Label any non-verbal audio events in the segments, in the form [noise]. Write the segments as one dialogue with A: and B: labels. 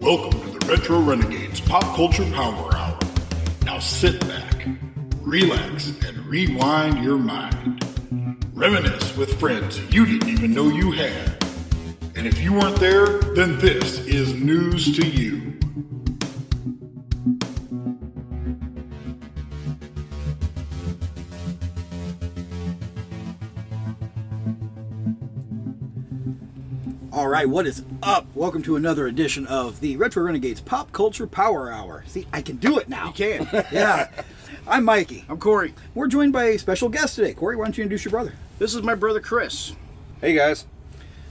A: Welcome to the Retro Renegades Pop Culture Power Hour. Now sit back, relax, and rewind your mind. Reminisce with friends you didn't even know you had. And if you weren't there, then this is news to you.
B: All right, what is up? Welcome to another edition of the Retro Renegades Pop Culture Power Hour. See, I can do it now.
C: You can.
B: [laughs] yeah. I'm Mikey.
C: I'm Corey.
B: We're joined by a special guest today. Corey, why don't you introduce your brother?
C: This is my brother Chris.
D: Hey guys.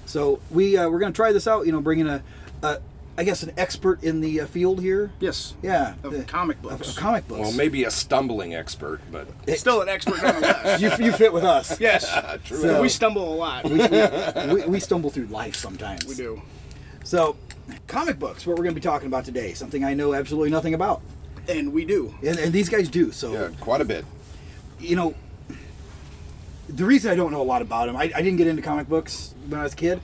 B: So we uh, we're gonna try this out. You know, bringing a, a I guess an expert in the uh, field here.
C: Yes.
B: Yeah.
C: Of
B: the-
C: comic
B: of-
C: books.
B: Of, comic books.
D: Well, maybe a stumbling expert, but [laughs]
C: Still an expert
B: [laughs]
C: nonetheless.
B: you, you fit with us.
C: yes.
D: ah, true.
B: So-
C: we stumble a lot. We,
B: We, we stumble through life sometimes.
C: do.
B: So, comic books. What we're gonna be talking about today? Something I know absolutely nothing about,
C: And we do.
B: and, and these guys do. So
D: yeah, quite a bit.
B: you know, the reason I don't know a lot about them, I, I didn't get into comic books when I was a kid.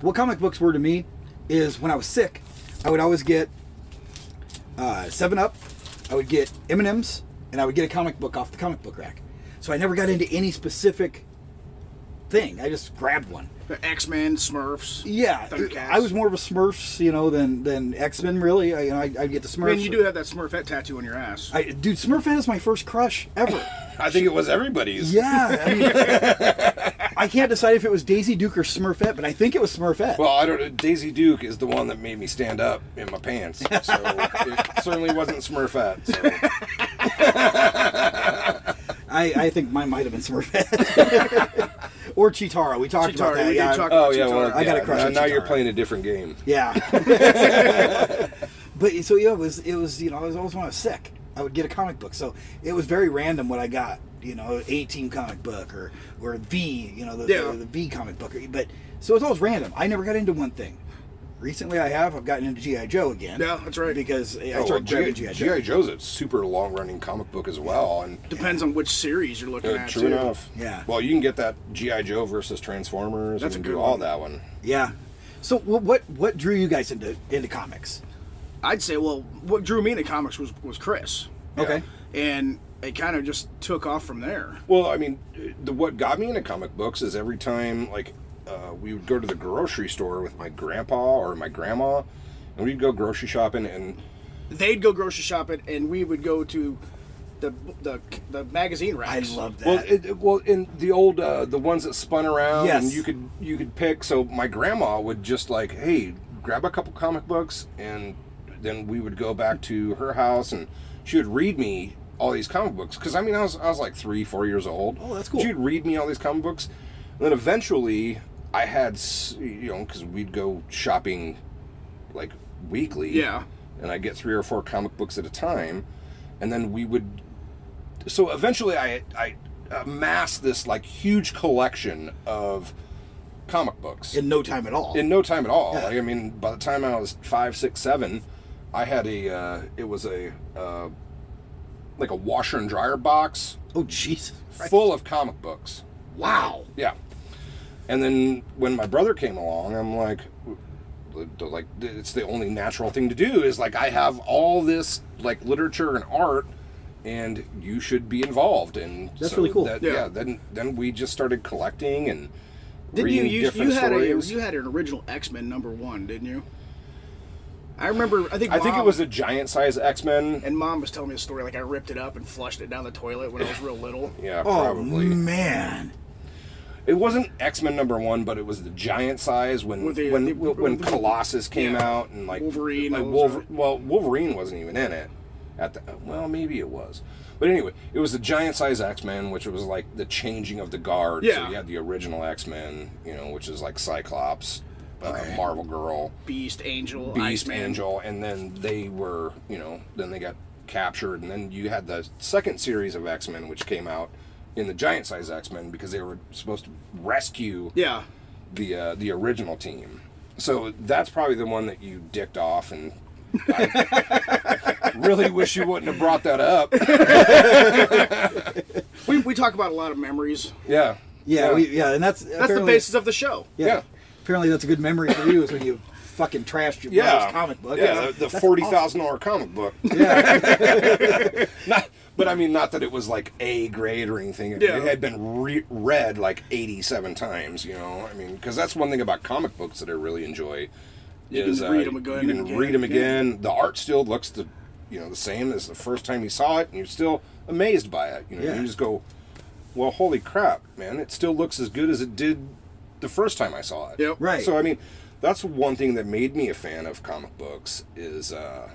B: What comic books were to me is when I was sick, I would always get uh, Seven Up, I would get M and M's, and I would get a comic book off the comic book rack. So I never got into any specific thing. I just grabbed one.
C: X Men, Smurfs.
B: Yeah,
C: Thundercats.
B: I was more of a Smurfs, you know, than than X Men. Really, I, you know, I, I'd get the Smurfs.
C: Man, you do have that Smurfette tattoo on your ass.
B: I, dude, Smurfette is my first crush
C: [laughs]
B: ever.
D: I think it was everybody's.
B: Yeah, I, mean, I can't decide if it was Daisy Duke or Smurfette, but I think it was Smurfette.
D: Well, I don't. Daisy Duke is the one that made me stand up in
B: [laughs]
D: my pants, so it certainly wasn't Smurfette. So.
B: I, I think mine might have been Smurfette
C: [laughs]
B: or Chitara. We talked about
C: Chitara,
B: that.
C: we did
B: yeah,
C: talk-
D: Oh yeah, well,
C: Chitara. I
B: got a
D: yeah,
B: crush
D: now,
B: on
D: now you're
B: Chitara.
D: playing a different game.
B: yeah.
C: [laughs]
B: but so yeah, it was it was you know I was always when I was sick, I would get a comic book. So it was very random what I got. You know, A Team comic book or or V. You know, the,
C: Yeah.
B: the, the V comic book. But so it's always random. I never got into one thing. Recently, I have. I've gotten into GI Joe again.
C: Yeah, that's right.
B: Because I
D: Oh,
B: started
D: well,
B: grabbing
D: G.I.
B: GI Joe.
D: Joe's a super long-running comic book as well, and
C: Depends on which series you're looking
D: uh,
C: at.
D: true
C: too.
D: enough.
B: Yeah.
D: Well, you can get that GI Joe versus Transformers.
C: That's
D: you
C: a
D: can
C: good
D: do all
C: one.
D: that one.
B: Yeah. So wh- what what drew you guys into into comics?
C: I'd say, well, what drew me into comics was, was Chris.
B: Okay.
C: And it kind of just took off from there.
D: Well, I mean, the what got me into comic books is every time like uh, we would go to the grocery store with my grandpa or my grandma, and we'd go grocery shopping, and
C: They'd go grocery shopping, and we would go to the the, the magazine
B: I
C: racks.
B: love that.
D: well, it, it- well, in the old uh, the ones that spun around, and
B: Yes.
D: you could you could pick. So my grandma would just like, hey, grab a couple comic books, and then we would go back to her house, and she would read me all these comic books because I mean I was I was like three four years old.
B: Oh, that's cool.
D: She'd read me all these comic books, and then eventually I had s- you know because we'd go shopping like weekly.
C: Yeah.
D: And I get three or four comic books at a time, and then we would so eventually I I amassed this like huge collection of comic books in,
B: in no time at all.
D: no time at all. Like, I mean, by the time I was five, six, seven, I had a uh, it was a uh, like a washer and dryer box
B: oh jeez.
D: full of comic books.
B: Wow.
D: Yeah. And then when my brother came along, I'm like, like it's the only natural thing to do is like I have all this like literature and art, and you should be involved. And
B: That's really cool.
D: that-
C: Yeah.
D: yeah. Then then we just started collecting and
C: Didn't you
D: reading
C: use
D: different
C: you had a,
D: stories.
C: you had an original X Men number one, didn't you? I remember. I think
D: I think it
C: Mom-
D: was a giant size X Men.
C: And Mom was telling me a story like I ripped it up and flushed it down the toilet when I was real little.
D: [laughs] Yeah,
B: Oh
D: probably.
B: man.
D: It wasn't X Men number one, but it was the giant size when
C: With the-
D: when
C: the-
D: when Colossus came
C: Yeah.
D: out and like
C: Wolverine,
D: Like
C: those
D: Wolver-
C: are-
D: well, Wolverine wasn't even in it at the well, maybe it was, but anyway, it was the giant size X Men, which was like the changing of the guard.
C: Yeah.
D: So you had the original X Men, you know, which is like Cyclops, uh, Marvel Girl,
C: Beast, Angel,
D: Beast,
C: Iceman.
D: Angel, and then they were you know then they got captured, and then you had the second series of X Men, which came out in the giant size X Men because they were supposed to rescue
C: Yeah,
D: the uh, the original team. So that's probably the one that you dicked off, and I [laughs] really wish you wouldn't have brought that up. [laughs]
C: we, we talk about a lot of memories.
D: Yeah,
B: Yeah. We, yeah. And that's
C: That's the basis of the show.
B: Yeah.
D: Yeah.
B: Apparently, that's a good memory for you is when you fucking trashed your
D: yeah,
B: brother's comic book.
D: Yeah,
B: That's-
D: the, the
B: that's
D: forty thousand dollar
C: [laughs]
D: comic book.
B: Yeah.
D: [laughs] not, but I mean, not that it was like A grade or anything. It,
C: Yeah.
D: it had been re- read like eighty-seven times. You know, I mean, because that's one thing about comic books that I really enjoy.
C: You can
D: is, uh,
C: read 'em again
D: You can
C: and again
D: read them
C: and
D: again. The art still looks the, you know, the same as the first time you saw it, and you're still amazed by it. You know,
B: Yeah.
D: you just go, "Well, holy crap, man! It still looks as good as it did the first time I saw it."
C: Yep.
B: Right.
D: So I mean, that's one thing that made me a fan of comic books is uh,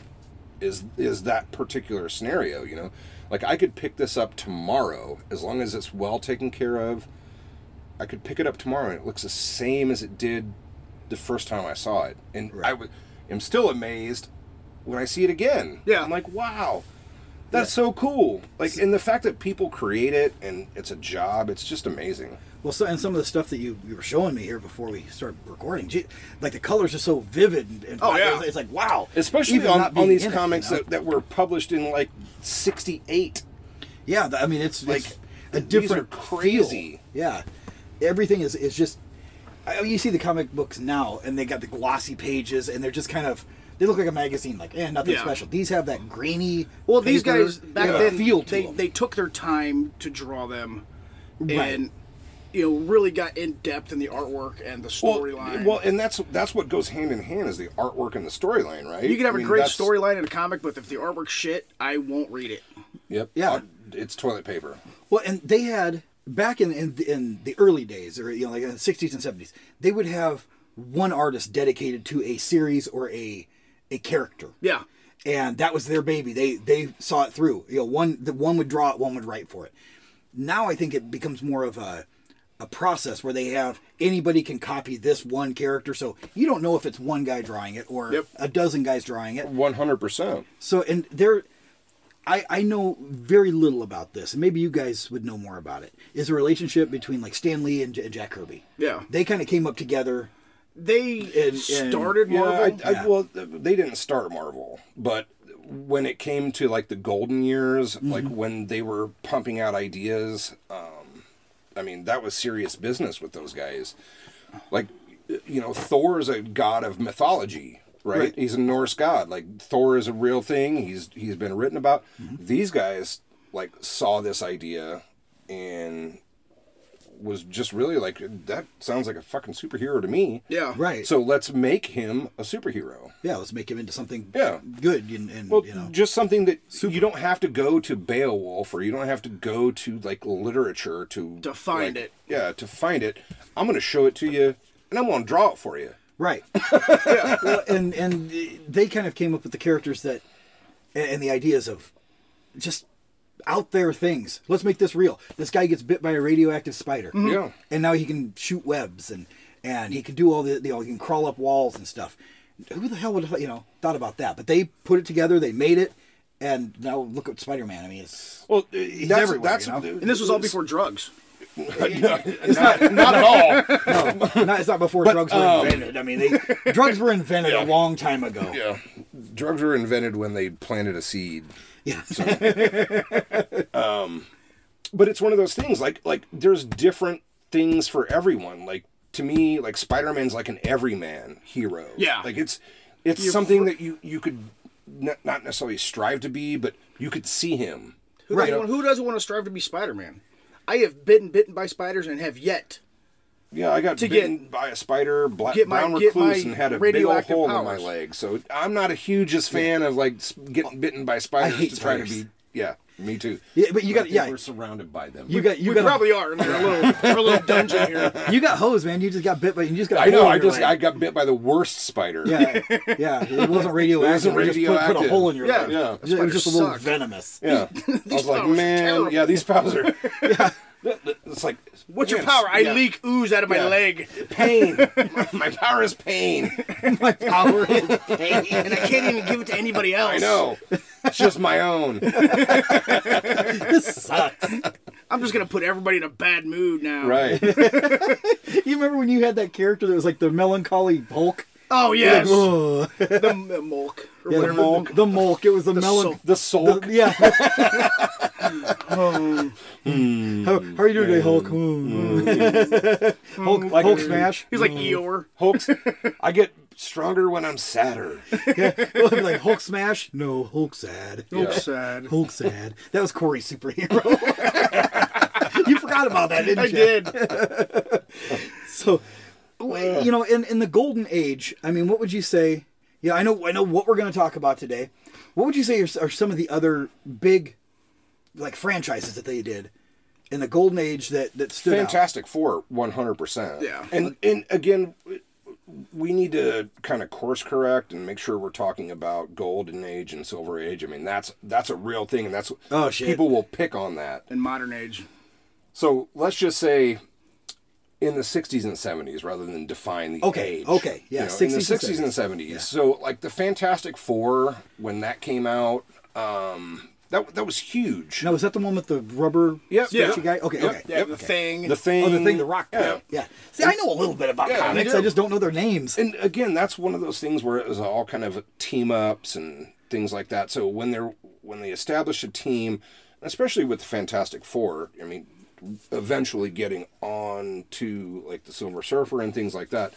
D: is is that particular scenario. You know, like I could pick this up tomorrow as long as it's well taken care of. I could pick it up tomorrow and it looks the same as it did the first time I saw it, and I w- am still amazed when I see it again.
C: Yeah.
D: I'm like, wow. That's so cool. Like, and the fact that people create it and it's a job, it's just amazing.
B: Well, so, and some of the stuff that you, you were showing me here before we started recording, gee, like the colors are so vivid. And, and
C: Oh, yeah.
B: it's, it's like wow,
D: especially
B: Even
D: on,
B: not
D: on
B: being
D: these
B: in it,
D: comics
B: you know?
D: that, that were published in like 68
B: yeah, th- I mean it's like a
D: these
B: different
D: are
B: feel.
D: crazy.
B: Yeah, everything is is just. I mean, you see the comic books now, and they got the glossy pages, and they're just kind of they look like a magazine, like eh, nothing
C: Yeah.
B: special. These have that grainy.
C: Well, these
B: paper,
C: guys back
B: yeah,
C: then
B: feel to
C: they,
B: them.
C: they took their time to draw them,
B: Right.
C: and you know really got in depth in the artwork and the
D: well,
C: storyline.
D: well and that's that's what goes hand in hand is the artwork and the storyline right
C: you could have a
D: I mean,
C: great
D: that's-
C: storyline in a comic, but if the artwork's shit, I won't read it.
D: yep
B: Yeah.
D: Uh, it's toilet paper
B: Well, and they had back in in, in the early days, or you know, like in the sixties and seventies, they would have one artist dedicated to a series or a a character.
C: Yeah.
B: and that was their baby. They they saw it through. You know, one the one would draw it, one would write for it. Now I think it becomes more of a a process where they have anybody can copy this one character, so you don't know if it's one guy drawing it or
C: Yep.
B: a dozen guys drawing it.
D: 100%
B: So, and there, I I know very little about this, and maybe you guys would know more about it. Is the relationship between like Stan Lee and, J- and Jack Kirby?
C: Yeah.
B: they kind of came up together.
C: They
B: and-
C: started
D: yeah,
C: Marvel.
D: I, I, well they didn't start marvel but when it came to like the golden years
C: Mm-hmm.
D: like when they were pumping out ideas um, I mean, that was serious business with those guys. Like, you know, Thor is a god of mythology, right?
B: Right.
D: He's a Norse god. Like, Thor is a real thing. He's he's been written about.
C: Mm-hmm.
D: These guys like saw this idea and was just really like that sounds like a fucking superhero to me.
C: yeah.
B: Right.
D: Oh, So let's make him a superhero.
B: yeah, let's make him into something.
D: Yeah.
B: good and, and
D: Well,
B: you know.
D: just something that you don't have to go to Beowulf or you don't have to go to like literature to
C: To find
D: like,
C: it.
D: Yeah, to find it. I'm going to show it to you, and I'm going to draw it for you.
B: Right. Well, and and they kind of came up with the characters that and the ideas of just out there things. Let's make this real. This guy gets bit by a radioactive spider.
D: Yeah.
B: And now he can shoot webs and and he can do all the you know he can crawl up walls and stuff. Who the hell would have you know thought about that? But they put it together. They made it. And now look at Spider Man. I mean, it's
D: Well, that's,
B: everywhere,
D: that's
B: you know?
C: And this was all before drugs.
D: not, not at all.
B: not, it's not before drugs were invented. I mean, they, drugs were invented a long time ago.
D: Yeah, drugs were invented when they planted a seed.
B: Yeah.
D: but it's one of those things like like there's different things for everyone like to me like spider-man's like an everyman hero
C: Yeah.
D: like it's it's something that you you could n- not necessarily strive to be but you could see him
C: Who, doesn't, want, who doesn't want to strive to be Spider Man? I have been bitten by spiders and have yet.
D: yeah i got
C: To get-
D: bitten by a spider black
C: get my-
D: brown
C: get
D: recluse
C: my
D: and had a big old
C: radioactive
D: hole in my
C: powers.
D: leg so i'm not a hugest fan of like s- getting bitten by spiders
B: hate
D: to try to
B: spiders.
D: be yeah me too
B: Yeah, but you
D: I
B: gotta-
D: think
B: yeah.
D: we're surrounded by them
B: [laughs] You got you
C: we
B: got
C: probably are in our little, our little dungeon here.
B: You got hosed, man. You just got bit by. You just got. a
D: i know
B: hole in
D: i
B: your
D: just
B: leg.
D: i got bit by the worst spider [laughs]
B: Yeah, yeah. It wasn't radioactive.
D: wasn't
B: It just put- put,
D: radioactive.
B: a hole in your
C: Yeah,
B: leg.
D: yeah.
B: It was just a little
C: Spiders suck.
B: venomous.
D: Yeah. [laughs] I was like,
C: powers are
D: man,
C: terrible."
D: yeah, these powers [laughs] are. It's like,
C: What's your
D: man,
C: power? I
D: yeah.
C: leak ooze out of my
D: Yeah.
C: leg,
D: [laughs] Pain. my, my power is pain.
B: My power [laughs] is
C: and I can't even give it to anybody else.
D: I know. It's just my [laughs] own.
B: this sucks.
C: I'm just gonna put everybody in a bad mood now.
D: Right.
B: You remember when you had that character that was like the melancholy Hulk?
C: Oh yes,
B: Ugh.
C: the, the Mulk or
B: Yeah, the
C: whatever.
B: Mulk. The Mulk. It was the, melan.
C: sulk.
D: The soul.
B: yeah. [laughs] how,
D: Mm.
B: how are you doing today, Hulk? Mm. [laughs] Hulk, Hulk smash.
C: [laughs] He's like Eeyore.
D: [laughs] Hulk's. I get stronger when I'm sadder.
B: It'll be like Hulk smash. No, Hulk sad. [laughs]
C: Hulk sad.
B: Hulk sad. That was Corey's superhero. [laughs] you forgot about that, didn't
C: I
B: you?
C: did.
B: [laughs] So, w- you know, in in the golden age, I mean, what would you say? Yeah, I know, I know what we're going to talk about today. What would you say are, s- are some of the other big, like franchises that they did in the golden age that that stood out?
D: Fantastic Four, one hundred percent.
C: Yeah.
D: and and again, we need to kind of course correct and make sure we're talking about Golden Age and Silver Age. I mean, that's that's a real thing, and that's
B: Oh, shit.
D: people will pick on that.
C: In modern age.
D: So let's just say. In the 60s and 70s, rather than define the
B: Okay,
D: age.
B: okay, yeah,
D: You know, in the
B: 60s and
D: 60s and 70s. So, like the Fantastic Four, when that came out, um, that that was huge.
B: Now, was that the one with the rubber
D: Yep,
B: stretchy
D: yeah.
B: guy? Okay,
D: Yep,
B: okay.
C: Yeah, the thing.
D: The thing,
B: Oh, the thing, the rock.
D: Yeah.
B: yeah. See, I know a little bit about
D: Yeah, you
B: comics.
D: do.
B: I just don't know their names.
D: and again, that's one of those things where it was all kind of team ups and things like that. So when they're when they establish a team, especially with the Fantastic Four, I mean, eventually getting on to like the Silver Surfer and things like that.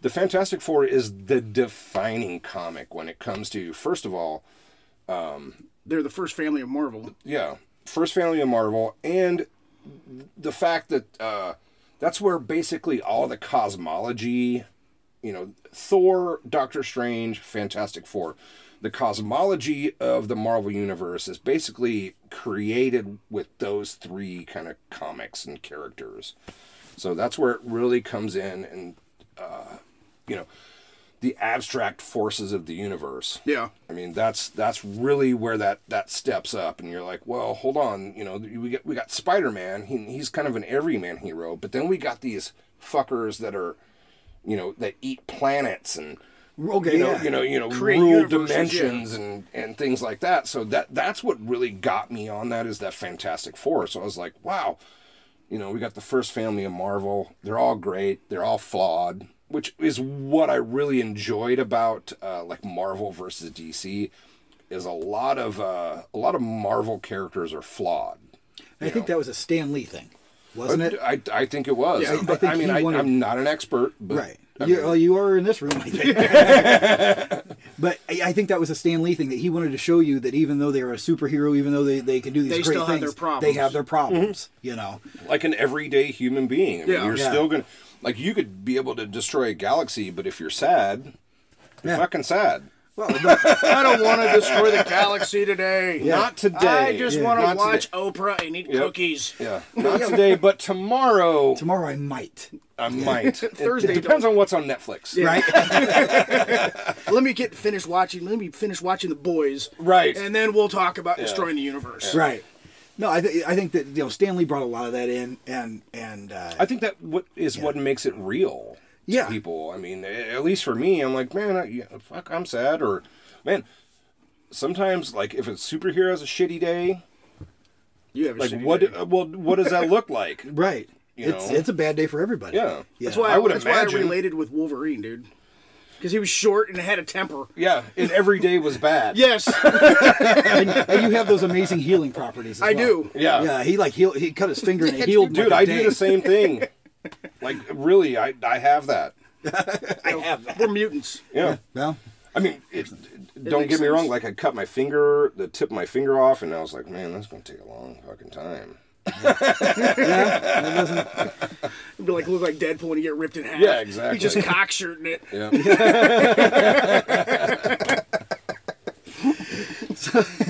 D: The Fantastic Four is the defining comic when it comes to first of all,
C: They're the first family of Marvel.
D: yeah, first family of Marvel, and the fact that uh, that's where basically all the cosmology, you know, Thor, Doctor Strange, Fantastic Four, the cosmology of the Marvel universe is basically created with those three kind of comics and characters. So that's where it really comes in, and uh, you know, the abstract forces of the universe.
C: Yeah.
D: I mean, that's that's really where that that steps up, and you're like, well, hold on, you know, we got we got Spider Man. He, he's kind of an everyman hero, but then we got these fuckers that are, you know, that eat planets and
B: Okay,
D: you know,
B: yeah.
D: you know, you know,
C: Create
D: rule
C: universes, yeah.
D: dimensions and and things like that. So that that's what really got me on that is that Fantastic Four. So I was like, wow, you know, we got the first family of Marvel. They're all great. They're all flawed, which is what I really enjoyed about uh, like Marvel versus DC. Is a lot of uh, a lot of Marvel characters are flawed.
B: I think that was a Stan Lee thing, wasn't it?
D: I, I think it was.
C: Yeah, I- I
D: but, I,
B: think
D: mean,
B: he
D: I,
B: wanted-
D: I'm not an expert, but
B: Right.
D: I
B: You,
D: mean,
B: well, you are in this room, I
C: [laughs]
B: think. but I, I think that was a Stan Lee thing that he wanted to show you that even though they are a superhero, even though they, they can do these
C: They
B: great
C: still
B: things,
C: have their
B: they
C: problems. Mm-hmm.
B: have their problems. You know,
D: like an everyday human being. I mean,
C: Yeah.
D: you're
B: Yeah.
D: still gonna like you could be able to destroy a galaxy, but if you're sad, you're
B: Yeah.
D: fucking sad.
B: well, but,
C: I don't want to destroy the galaxy [laughs] today.
D: Not today.
C: I just want to
D: Not
C: watch
D: today.
C: Oprah and eat cookies.
D: Yeah, [laughs] not today, but
B: [laughs]
D: tomorrow
B: tomorrow I might.
D: I might.
C: [laughs]
D: It-
C: Thursday,
D: it, depends on what's on Netflix.
B: Right.
C: Let me get finished watching. Let me finish watching the boys.
D: Right.
C: And then we'll talk about destroying the
B: [laughs]
C: universe.
B: right. No, I th- I think that you know Stan Lee brought a lot of that in, and and uh,
D: I think that what is what makes it real. to
B: Yeah.
D: people. I mean, a- at least for me, I'm like, man, I, yeah, fuck, I'm sad, or man. Sometimes, like, if a superhero has a shitty day,
C: You have a
D: like,
C: shitty
D: what?
C: day.
D: uh, Well, what does that look
C: [laughs]
D: like?
B: right.
D: You
B: It's
D: know.
B: it's a bad day for everybody.
D: Yeah.
C: That's why I,
D: I would
C: that's why
D: imagine-
C: I related with Wolverine, dude. Because he was short and had a temper.
D: Yeah, and every day was bad. [laughs]
C: Yes,
B: and, [laughs] and you have those amazing healing properties. as
C: I
B: well.
C: do.
D: Yeah.
B: Yeah, he like heal, he cut his finger
C: [laughs]
B: and it healed.
D: Dude,
B: like a
D: I do
B: day.
D: the same thing. like really, I I have that.
C: We're mutants.
D: Yeah.
B: Well,
D: I mean, it, don't get
C: makes
D: me wrong.
C: sense.
D: Like I cut my finger, the tip of my finger off, and I was like, man, that's gonna take a long fucking time.
C: It'd be like look like Deadpool when you get ripped in half.
D: Yeah, exactly.
C: He just cockshirting it.
D: Yeah.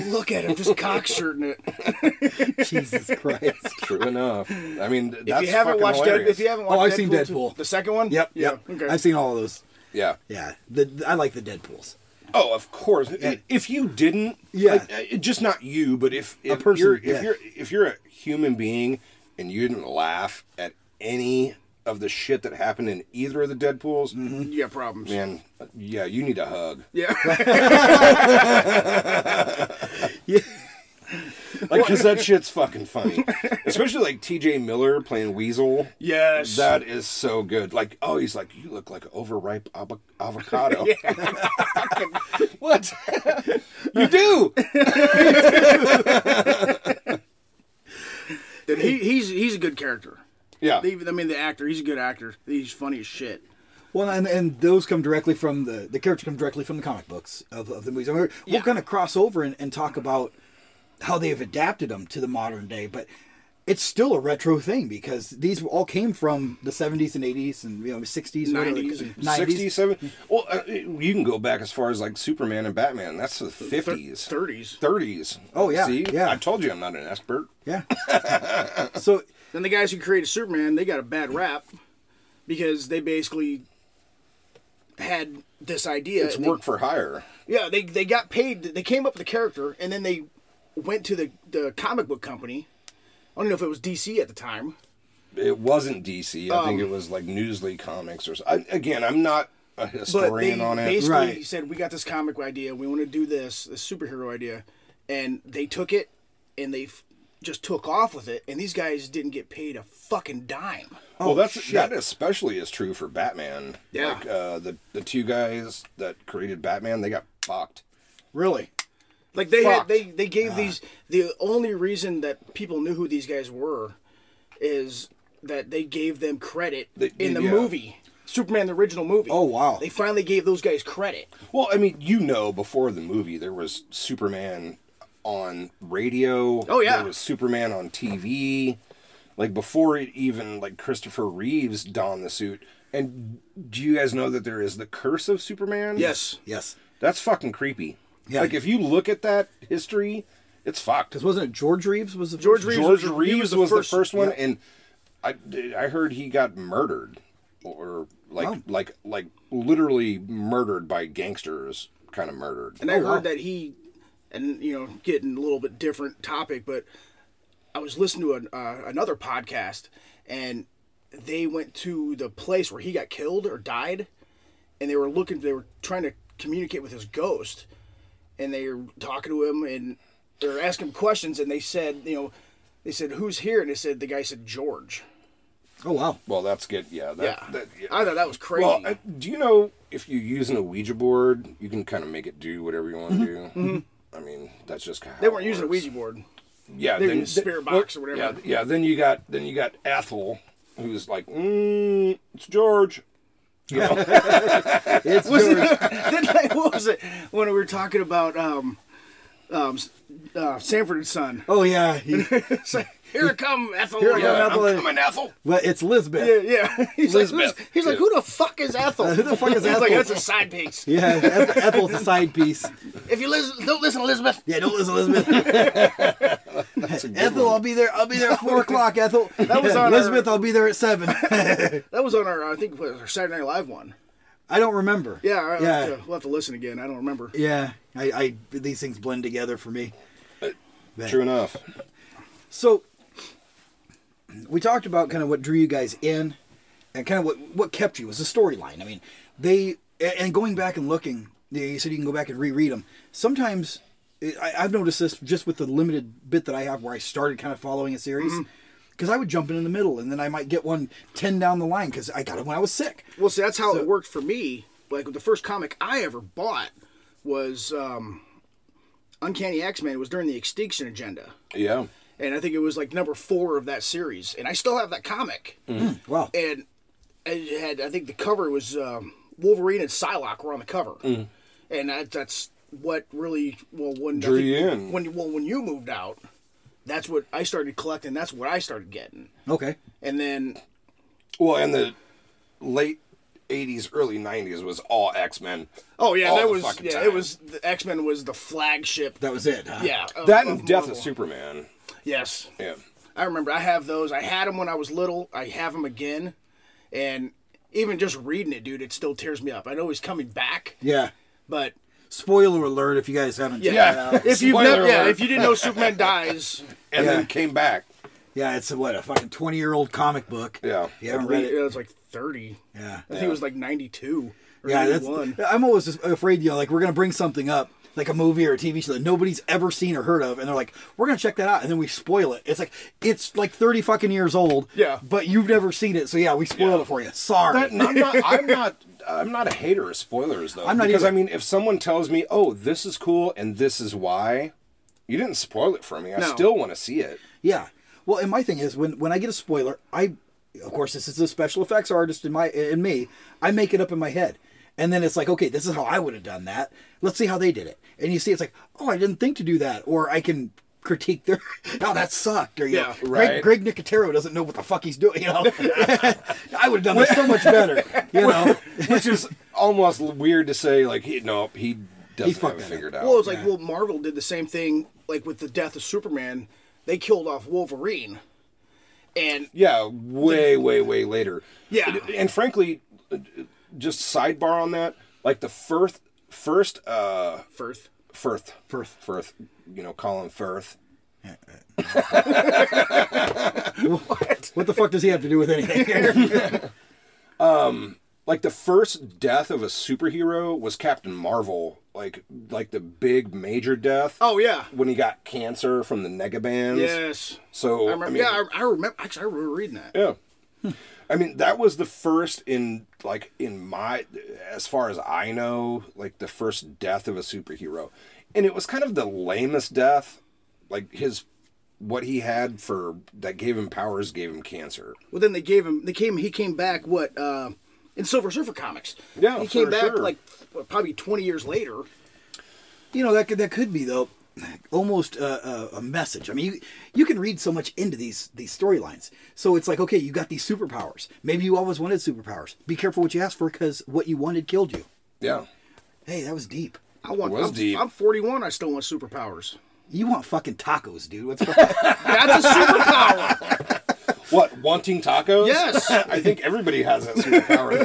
C: Look at him, just cockshirting it. [laughs]
B: Jesus Christ.
D: [laughs] True enough. I mean, th- that's
C: If you haven't
D: fucking
C: watched Deadpool,
D: hilarious.
C: if you haven't
B: Oh, I've
C: watched,
B: seen
C: two-
B: Deadpool.
C: the second one.
B: Yep.
C: Yeah.
B: Yep.
C: Okay.
B: I've seen all of those.
D: yeah.
B: Yeah. The I like the Deadpool's.
D: Oh, of course. If you didn't,
B: Yeah.
D: like, uh, just not you, but if, if
B: person,
D: you're if
B: yeah.
D: you're if you're a human being and you didn't laugh at any of the shit that happened in either of the Deadpool's,
C: You got problems.
D: man, uh, yeah, you need a hug.
C: Yeah. [laughs]
D: Like, cause that shit's fucking funny. Especially like T.J. Miller playing Weasel.
C: yes.
D: That is so good. Like, oh, he's like, you look like an overripe avo- avocado. [laughs] what? you do.
C: Dude, he, he's he's a good character.
D: Yeah.
C: Even I mean the actor, he's a good actor. He's funny as shit.
B: Well, and, and those come directly from the the characters come directly from the comic books of, of the movies. And we're,
C: Yeah.
B: we'll kind of cross over and, and talk about how they've adapted them to the modern day, but it's still a retro thing because these all came from the 70s and 80s and you know 60s, whatever,
C: 90s.
D: 60, 70. Well, uh, you can go back as far as like Superman and Batman. That's the 50s.
C: 30s.
D: 30s.
B: Oh, yeah,
D: See?
B: yeah. Uh,
D: I told you I'm not an expert.
C: [laughs]
B: Yeah. so
C: Then the guys who created Superman, they got a bad rap because they basically had this idea.
D: It's
C: and they-
D: work for hire.
C: yeah, they they got paid. They came up with the character, and then they went to the the comic book company. I don't know if it was DC at the time.
D: It wasn't DC. I think it was like Newsly Comics or something. Again, I'm not a
C: But
D: historian
C: they
D: on it.
C: basically
B: Right.
C: said, "We got this comic idea. We want to do this, this superhero idea," and they took it and they f- just took off with it. And these guys didn't get paid a fucking dime.
D: well, that's that especially is true for Batman.
C: Yeah.
D: Like uh, the the two guys that created Batman, they got fucked.
B: really,
C: Like they
D: Fuck.
C: had, they they gave these the only reason that people knew who these guys were is that they gave them credit
D: They-
C: in the
D: yeah.
C: movie Superman the original movie.
B: Oh, wow.
C: They finally gave those guys credit.
D: Well, I mean, you know, before the movie, there was Superman on radio.
C: Oh, yeah.
D: there was Superman on TV. Like before it even like Christopher Reeves donned the suit. And do you guys know that there is the curse of Superman?
C: Yes.
B: yes.
D: that's fucking creepy.
B: Yeah.
D: Like if you look at that history, it's fucked.
B: Because wasn't it George Reeves was the
C: George
B: first-
C: Reeves
D: George
C: was- he
D: Reeves was the, first, one,
B: yeah.
D: and I I heard he got murdered, or like like like literally murdered by gangsters, kind of murdered.
C: And I
B: Oh,
C: heard
B: wow.
C: that he, and you know, getting a little bit different topic, but I was listening to an, uh, another podcast, and they went to the place where he got killed or died, and they were looking, they were trying to communicate with his ghost, and they were talking to him, and they were asking him questions, and they said, you know, they said, "Who's here?" and they said, the guy said, "George."
B: Oh
C: [laughs]
B: wow.
D: Well, that's good. Yeah, that,
C: Yeah.
D: that- yeah.
C: I thought that was crazy.
D: Well, I- do you know if you use an Ouija board, you can kind of make it do whatever you want to do. I mean, that's just kind of
C: Mm-hmm. they weren't using a Ouija board.
D: yeah,
C: They were
D: then-
C: using a
D: th-
C: spirit box or whatever.
D: Yeah, yeah. Then you got then you got Ethel, who's like, mm, it's
C: [laughs]
D: George. You know?
B: It's
C: was
B: George.
C: it, [laughs] didn't I, what was it when we were talking about um, um, uh, Sanford and Son? [laughs]
B: Oh yeah. he-
C: It's like, Here I come, Ethel.
B: Here I
C: yeah.
B: come,
D: [laughs] yeah,
B: Ethel.
D: I'm coming, Ethel.
B: well, it's Lisbeth.
C: Yeah, yeah. [laughs] He's, like, who's,
D: Elizabeth.
C: he's like, who the fuck is Ethel?
B: Uh, Who the fuck is
C: [laughs] he's
B: Ethel?
C: like, that's a side piece.
B: [laughs] Yeah, Eth- Ethel's a side piece.
C: If you listen, don't listen, Elizabeth.
B: Yeah, don't listen, Elizabeth. [laughs] Ethel, I'll be there. I'll be there at [laughs] four o'clock. Ethel, that
C: was on
B: Elizabeth.
C: our-
B: I'll be there at seven.
C: That was on our, I think, it was our Saturday Night Live one.
B: I don't remember.
C: Yeah, I,
B: yeah,
C: Have to, we'll have to listen again. I don't remember.
B: yeah. I, I these things blend together for me.
D: True enough.
B: So we talked about kind of what drew you guys in, and kind of what what kept you was the storyline. I mean, they a- and going back and looking, you said you can go back and reread them. Sometimes eh, I, I've noticed this just with the limited bit that I have, where I started kind of following a series.
C: Mm-hmm.
B: Because I would jump in in the middle, and then I might get one ten down the line because I got it when I was sick.
C: Well, see, that's how it worked for me. Like the first comic I ever bought was um, Uncanny X-Men. It was during the Extinction Agenda.
D: Yeah.
C: and I think it was like number four of that series, and I still have that comic.
D: Mm-hmm.
B: Wow.
C: And it had I think the cover was um, Wolverine and Psylocke were on the cover,
D: Mm.
C: and that, that's what really well when I
D: Drew
C: think-
D: you in.
C: when well when you moved out, that's what I started collecting. That's what I started getting,
B: Okay.
C: and then
D: Well, in the late '80s, early '90s was all X Men.
C: oh yeah,
D: All
C: that
D: the
C: was
D: fucking
C: yeah
D: time.
C: it was the X Men was the flagship.
B: That was it. huh?
C: yeah, of-
D: That and Death
C: Marvel.
D: uh, of Superman.
C: Yes,
D: Yeah.
C: I remember I have those. I had them when I was little. I have them again, and even just reading it, dude, it still tears me up. I know he's coming back,
B: Yeah.
C: but
B: Spoiler alert! If you guys haven't, checked
C: Yeah.
B: it out.
C: [laughs] if you
D: Spoiler
C: never, yeah,
D: alert.
C: if you didn't know
D: [laughs]
C: Superman dies,
D: And
B: Yeah.
D: then came back.
B: Yeah, it's a, what a fucking twenty-year-old comic book.
D: Yeah.
B: you haven't read
C: it
B: it.
C: was like thirty.
B: Yeah,
C: I think it was like ninety two or
B: yeah.
C: ninety
B: That's,
C: one.
B: I'm always just afraid, you know, like we're gonna bring something up, like a movie or a TV show that nobody's ever seen or heard of, and they're like, "We're gonna check that out," and then we spoil it. It's like it's like thirty fucking years old.
C: Yeah.
B: but you've never seen it, so yeah, we spoiled it for you. Sorry.
D: That- I'm [laughs] not. I'm not. I'm not a hater of spoilers though.
B: I'm not
D: because
B: either.
D: I mean, if someone tells me, "Oh, this is cool and this is why," you didn't spoil it for me. I
C: No.
D: still want to see it.
B: Yeah. Well, and my thing is when when I get a spoiler, I of course this is a special effects artist in my in me i make it up in my head and then it's like okay this is how i would have done that let's see how they did it and you see it's like oh i didn't think to do that or i can critique their [laughs] oh that sucked or you
C: Yeah,
B: know,
D: right.
B: greg, greg nicotero doesn't know what the fuck he's doing you know [laughs] i would have done this so much better you
D: [laughs]
B: know
D: which is almost weird to say. Like, he, no, he doesn't have
B: fucked
D: it
B: that up.
D: figured out.
C: Well, it's like well, Marvel did the same thing like with the death of Superman. They killed off Wolverine, and
D: Yeah, way, way, way later.
C: Yeah.
D: And, and frankly, just sidebar on that, like the first, first, uh,
C: Firth.
D: Firth,
B: Firth.
D: Firth, you know, Colin Firth.
B: [laughs] what the fuck does he have to do with anything
D: Like the first death of a superhero was Captain Marvel, like like the big major death.
C: Oh yeah,
D: when he got cancer from the negabands.
C: yes.
D: So
C: I remember.
D: I mean,
C: yeah, I, I remember. Actually, I remember reading that.
D: Yeah.
C: Hmm.
D: I mean, that was the first in like in my as far as I know, like the first death of a superhero. And it was kind of the lamest death. Like his what he had for that gave him powers gave him cancer.
C: Well, then they gave him. They came. He came back. What uh, in Silver Surfer comics?
D: Yeah,
C: he came
D: for
C: back
D: sure.
C: like what, probably twenty years later.
B: you know that could, that could be though almost a, a, a message i mean you, you can read so much into these these storylines so it's like okay you got these superpowers maybe you always wanted superpowers be careful what you ask for because what you wanted killed you
D: Yeah.
B: hey that was deep
C: I want.
D: Was
C: I'm,
D: deep.
C: I'm 41. I still want superpowers.
B: you want fucking tacos dude what's [laughs]
C: That's a
D: [laughs]
C: superpower.
D: What, wanting tacos?
C: Yes.
D: [laughs] I think everybody has
C: [laughs]
D: that superpower.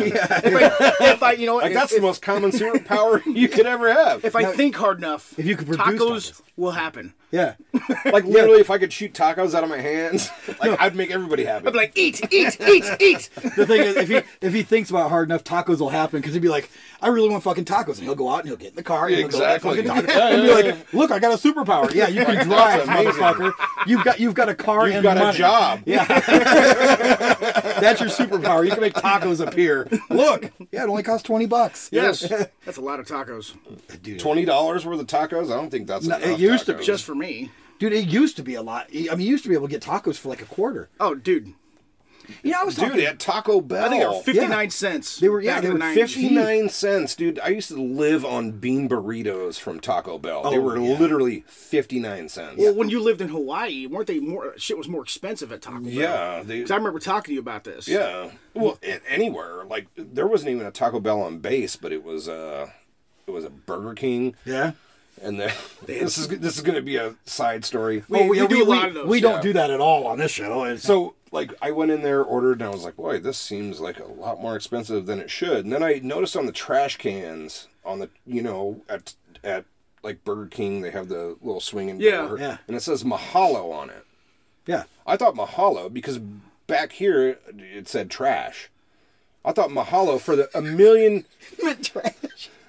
C: if I, you know,
D: Like
C: if,
D: that's
C: if,
D: the
C: [laughs]
D: most common superpower you could ever have.
C: if I think hard enough,
B: If you could produce
C: tacos,
B: tacos.
C: will happen.
B: yeah
D: like literally if I could shoot tacos out of my hands, [laughs] like I'd make everybody happy.
C: I'd be like, eat, eat, eat, eat.
D: [laughs]
B: the thing is if he if he thinks about it hard enough tacos will happen because he'd be like i really want fucking tacos and he'll go out and he'll get in the car and he'll go
D: Exactly.
B: get fucking tacos. and be like look i got a superpower yeah
D: [laughs]
B: you can drive
D: amazing.
B: motherfucker you've got you've got a car
D: You've
B: and
D: got
B: money.
D: a job.
B: Yeah. [laughs] That's your superpower. You can make tacos appear. Look. Yeah, it only costs 20 bucks.
C: Yes, [laughs] that's a lot of tacos
B: Dude,
D: twenty dollars worth of tacos. I don't think that's
B: No, it
D: enough
B: used to be.
D: tacos.
C: just for me.
B: dude, it used to be a lot. I mean, you used to be able to get tacos for like a quarter.
C: Oh, dude,
B: You know, I was
D: dude
B: talking
D: at Taco Bell.
C: I think they were fifty nine cents.
B: They were- yeah,
C: back
B: they
C: in the
B: were
C: 90s.
D: 59 cents, dude. I used to live on bean burritos from Taco Bell. they were literally 59 cents.
C: Oh, Well, when you lived in Hawaii, weren't they more? Shit was more expensive at Taco Bell.
D: yeah, they,
C: 'Cause I remember talking to you about this.
D: yeah. Well, a- anywhere like there wasn't even a Taco Bell on base, but it was uh it was a Burger King.
B: Yeah.
D: And then [laughs] this is this is going to be a side story.
C: We- we do a lot
B: Oh, we,
C: of those,
B: we don't
D: yeah.
B: do that at all on this show. It's-
D: So like I went in there, ordered, and I was like, "Boy, this seems like a lot more expensive than it should." And then I noticed on the trash cans on the you know at at like Burger King they have the little swinging
C: Yeah.
D: door,
B: Yeah.
D: and it says Mahalo on it. [laughs]
B: yeah.
D: I thought Mahalo because back here it said trash. I thought Mahalo for the a million.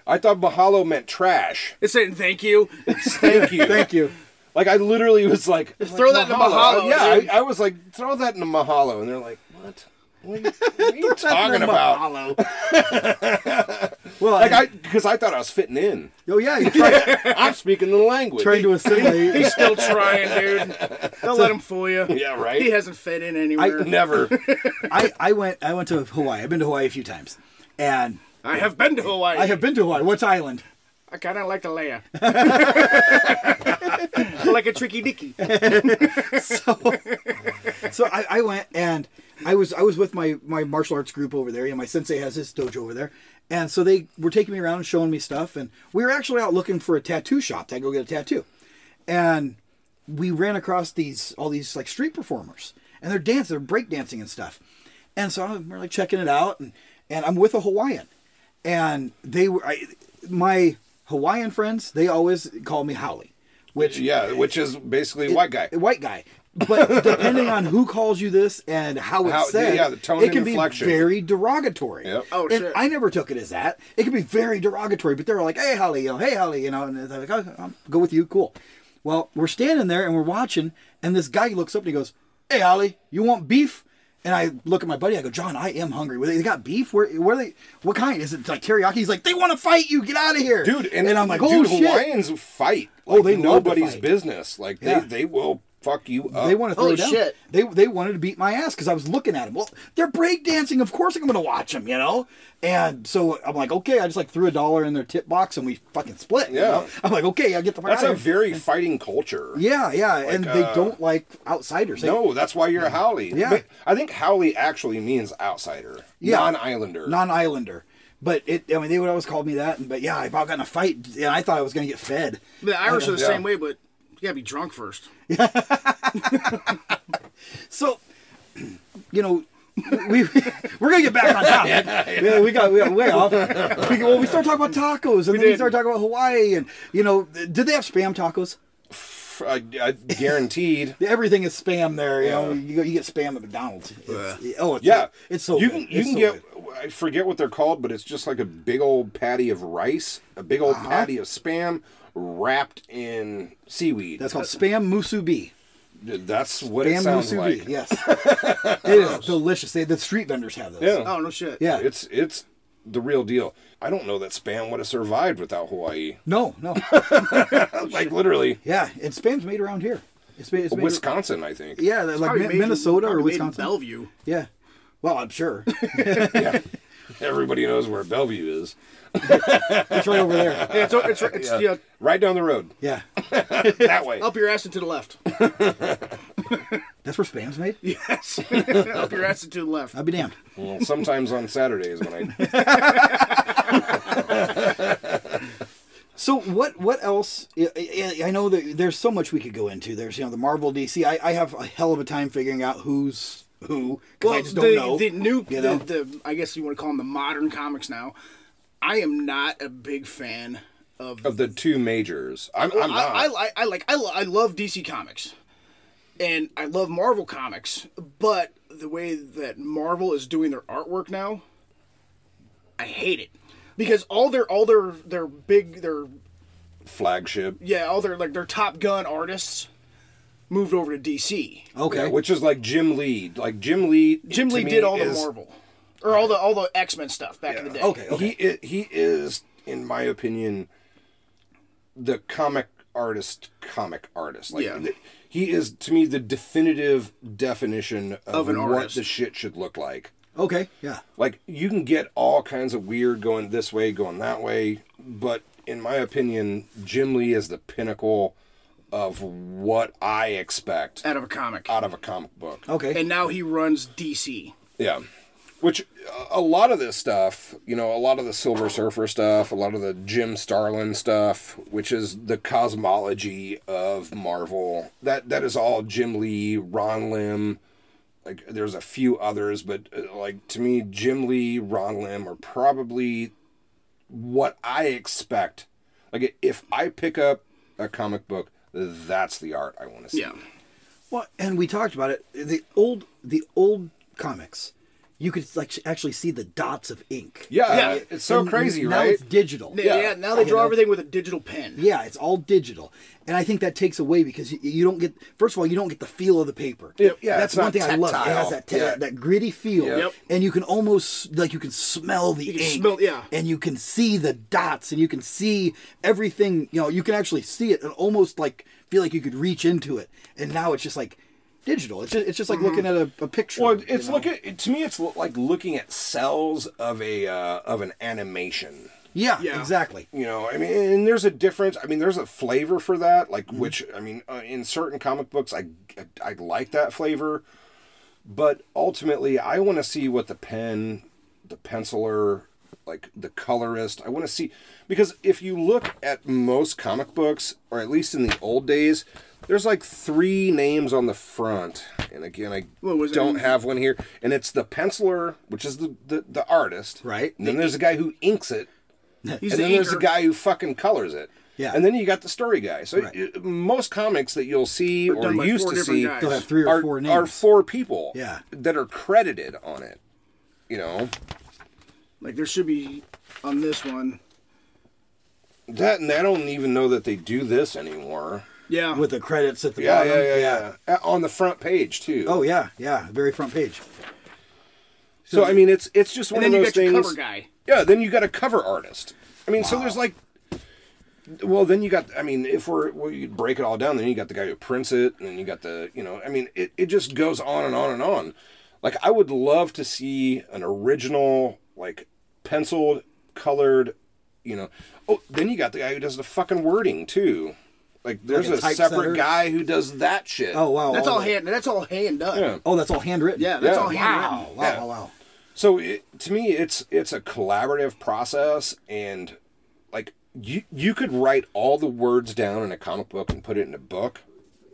D: I thought Mahalo meant trash.
C: It's saying thank you.
D: Thank you.
B: Thank you.
D: Like I literally was like,
C: throw that in a Mahalo,
D: Oh, Yeah,
C: dude.
D: I, I was like, throw that in a mahalo, and they're like, what? What are you,
C: [laughs]
D: what are you talking about?
B: Well,
D: Like I, because I thought I was
C: [laughs]
D: fitting in.
B: oh yeah, you're trying,
D: I'm speaking the language.
B: trying to
C: [laughs]
B: assimilate.
C: He's still trying, dude. Don't let him fool you.
D: Yeah, right?
C: He hasn't fit in anywhere. I,
D: [laughs]
B: [laughs]
D: Never.
B: I, I went I went to Hawaii. I've been to Hawaii a few times, and
C: have been to Hawaii.
B: I have been to Hawaii. What's island?
C: I kind of like the layer. like a tricky dicky.
B: [laughs] so I, I went and I was I was with my my martial arts group over there. You know, my sensei has his dojo over there, and so they were taking me around and showing me stuff. And we were actually out looking for a tattoo shop to go get a tattoo, and we ran across these all these like street performers and they're dancing, they're break dancing and stuff. And so I'm we're, like checking it out, and and I'm with a Hawaiian, and they were I, my Hawaiian friends. They always call me Howley, which
D: yeah, which is basically white guy.
B: a white guy.
D: [laughs]
B: But depending on who calls you this and how it's
D: How-
B: said,
D: yeah, the tone
B: it
D: and
B: can
D: inflection.
B: be very derogatory.
D: Yep.
C: Oh,
B: and
C: shit.
B: I never took it as that. It can be very derogatory, but they're like, "Hey, Holly, you know, hey, Holly, you know," and they're like, oh, "I'll go with you, cool." Well, we're standing there and we're watching, and this guy looks up and he goes, "Hey, Holly, you want beef?" And I look at my buddy. I go, "John, I am hungry. Well, They got beef? Where? Where they? What kind? Is it like teriyaki?" He's like, "They want to fight you. Get out of here,
D: Dude, and,
B: I'm like, "Oh
D: dude,
B: shit!" Oh,
D: Hawaiians fight. Like,
B: they love to
D: nobody's
B: fight.
D: business. Like
B: Yeah.
D: they, they will fuck you up.
B: They want to throw
C: Holy
B: down.
C: shit.
B: They they wanted to beat my ass because I was looking at them. Well, they're breakdancing. Of course I'm going to watch them, you know. And so I'm like, okay. I just like threw a dollar in their tip box and we fucking split. you
D: Yeah.
B: know? I'm like, okay. I get the fuck
D: That's
B: out
D: a
B: of here.
D: very fighting culture.
B: Yeah, yeah. and they
D: uh,
B: don't like outsiders. They-
D: No, that's why you're a Howley.
B: Yeah.
D: But I think Howley actually means outsider,
B: Yeah.
D: non-islander.
B: non-islander. But it, I mean, they would always call me that. But yeah, I about got in a fight, and I thought I was going to get fed.
C: The Irish are the
D: Yeah.
C: same way, but you gotta be drunk first.
B: So, [clears throat] you know, we [laughs] we're going to get back on
D: [laughs]
B: topic. yeah, we got we got way off. We, well, we started talking about tacos, and then we
C: did.
B: started talking about Hawaii, and you know, did they have spam tacos?
D: I, I uh,
B: [laughs]
D: guaranteed.
B: Everything is spam there. You know, you, go- you get spam at McDonald's. It's, oh, it's,
D: Yeah,
B: it's so
D: you
B: good.
D: can you
B: It's
D: can
B: so
D: get
B: good.
D: I forget what they're called, but it's just like a big old patty of rice, a big
B: Uh-huh.
D: old patty of spam wrapped in seaweed.
B: that's called spam musubi.
D: That's what it
B: Spam
D: sounds
B: musubi.
D: like.
B: Yes,
D: [laughs]
B: it is delicious. They, the street vendors have those.
D: Yeah.
C: Oh no shit.
B: Yeah.
D: It's it's the real deal. I don't know that spam would have survived without Hawaii.
B: No,
D: [laughs]
B: no. Oh,
D: like literally
B: Yeah, and spam's made around here. It's made, it's made
D: Wisconsin, I think.
B: Yeah, like
C: Probably
B: Mi-
C: made in-
B: Minnesota or
C: probably made in
B: Wisconsin.
C: Bellevue.
B: yeah. Well, I'm sure.
D: Yeah. Everybody knows where Bellevue is.
B: It's right over there.
C: Yeah, it's it's, it's yeah,
D: Right down the road.
B: Yeah.
D: That
B: [laughs]
D: way.
C: up your ass and to the left.
B: That's where spam's made?
C: Yes. [laughs] up your ass and to the left.
B: I'd be damned.
D: Well, sometimes on Saturdays when I
B: So what what else? I- I, I know that there's so much we could go into. There's, you know, the Marvel DC. I, I have a hell of a time figuring out who's who. 'cause I just don't
C: the,
B: know.
C: the new,
B: you know?
C: the, the I guess you want to call them the modern comics now. I am not a big fan of.
D: of the two majors. I'm, I'm
C: I,
D: not.
C: I, li- I like I, lo- I love DC comics, and I love Marvel comics, but the way that Marvel is doing their artwork now, I hate it because all their all their their big their
D: flagship.
C: yeah all their like their Top Gun artists moved over to DC.
B: okay.
D: Yeah, which is like Jim Lee. Like Jim Lee.
C: Jim
D: to
C: Lee
D: me,
C: did all
D: is-
C: the Marvel or all the all the X Men stuff back in the day.
B: okay. Okay.
D: He i- he is, in my opinion, the comic artist. Comic artist. Like
C: Yeah.
D: th- he is to me the definitive definition of,
C: Of an
D: what
C: artist.
D: the shit should look like.
B: okay. Yeah.
D: Like you can get all kinds of weird going this way, going that way, but in my opinion, Jim Lee is the pinnacle of what I expect
C: out of a comic.
D: out of a comic book.
B: Okay.
C: and now he runs DC.
D: Yeah. Which uh, a lot of this stuff, you know, a lot of the Silver Surfer stuff, a lot of the Jim Starlin stuff, which is the cosmology of Marvel. That that is all Jim Lee, Ron Lim. Like there's a few others, but uh, like to me, Jim Lee, Ron Lim are probably what I expect. Like if I pick up a comic book, that's the art I want to see.
C: Yeah.
B: Well, and we talked about it. The old the old comics, you could like actually see the dots of ink.
D: Yeah,
C: Yeah.
D: it's so
B: And
D: crazy,
B: now
D: right?
B: It's digital.
C: Yeah.
D: Yeah.
C: now they
B: You
C: draw
B: know?
C: everything with a digital pen.
B: Yeah, it's all digital, and I think that takes away because you, you don't get. First of all, you don't get the feel of the paper.
D: Yeah, yeah,
B: that's
D: it's not
B: one thing I love. It
D: tactile.
B: has that ta-
D: Yeah.
B: that gritty feel,
D: Yep.
B: and you can almost like you can smell the
C: You can
B: ink.
C: smell- yeah.
B: and you can see the dots, and you can see everything. You know, you can actually see it, and almost like feel like you could reach into it. And now it's just like digital. It's just, it's just
C: Mm-hmm.
B: like looking at a, a picture.
D: Well,
B: you
D: it's
B: know?
D: look at it- to me. It's lo- like looking at cells of a uh, of an animation.
B: yeah,
C: Yeah.
B: exactly.
D: You know, I mean, and there's a difference. I mean, there's a flavor for that. Like,
C: Mm-hmm.
D: which I mean, uh, in certain comic books, I, I I like that flavor, but ultimately, I want to see what the pen, the penciler, like the colorist. I want to see because if you look at most comic books, or at least in the old days. There's like three names on the front, and again, I
C: What was it?
D: don't have one here. And it's the penciler, which is the the, the artist,
B: Right.
D: And then there's a guy who inks it,
C: He's
D: and
C: the
D: then there's
C: inker.
D: the guy who fucking colors it.
B: Yeah.
D: And then you got the story guy. So
B: Right.
D: it- most comics that you'll see or
C: done by
D: used
C: four
D: to
C: different
D: see
C: guys.
B: They'll have three or
D: are,
B: four names.
D: are four people
B: Yeah.
D: that are credited on it. You know?
C: Like there should be on this one.
D: That and I don't even know that they do this anymore.
C: Yeah.
B: With the credits at the
D: Yeah,
B: bottom.
D: yeah, yeah, yeah. Uh, On the front page too.
B: Oh yeah, yeah. Very front page.
D: so I mean it's it's just one
C: and then you
D: of those
C: got your
D: things.
C: cover guy.
D: Yeah, then you got a cover artist. I mean, so there's like Well, then you got. I mean, if we're we you break it all down, then you got the guy who prints it, and then you got the you know. I mean, it, it just goes on and on and on. Like I would love to see an original, like penciled, colored, you know. Oh, then you got the guy who does the fucking wording too. Like there's
B: a
D: a,
B: typesetter?
D: separate guy who does that shit.
B: Oh wow.
C: That's all
B: the-
C: hand. That's all hand done.
D: Yeah.
C: Yeah,
B: Oh, that's all handwritten.
C: that's
D: Yeah.
C: all handwritten.
B: Oh, Wow. Wow.
D: Yeah.
B: Wow. Wow.
D: So it, to me, it's it's a collaborative process, and like you you could write all the words down in a comic book and put it in a book.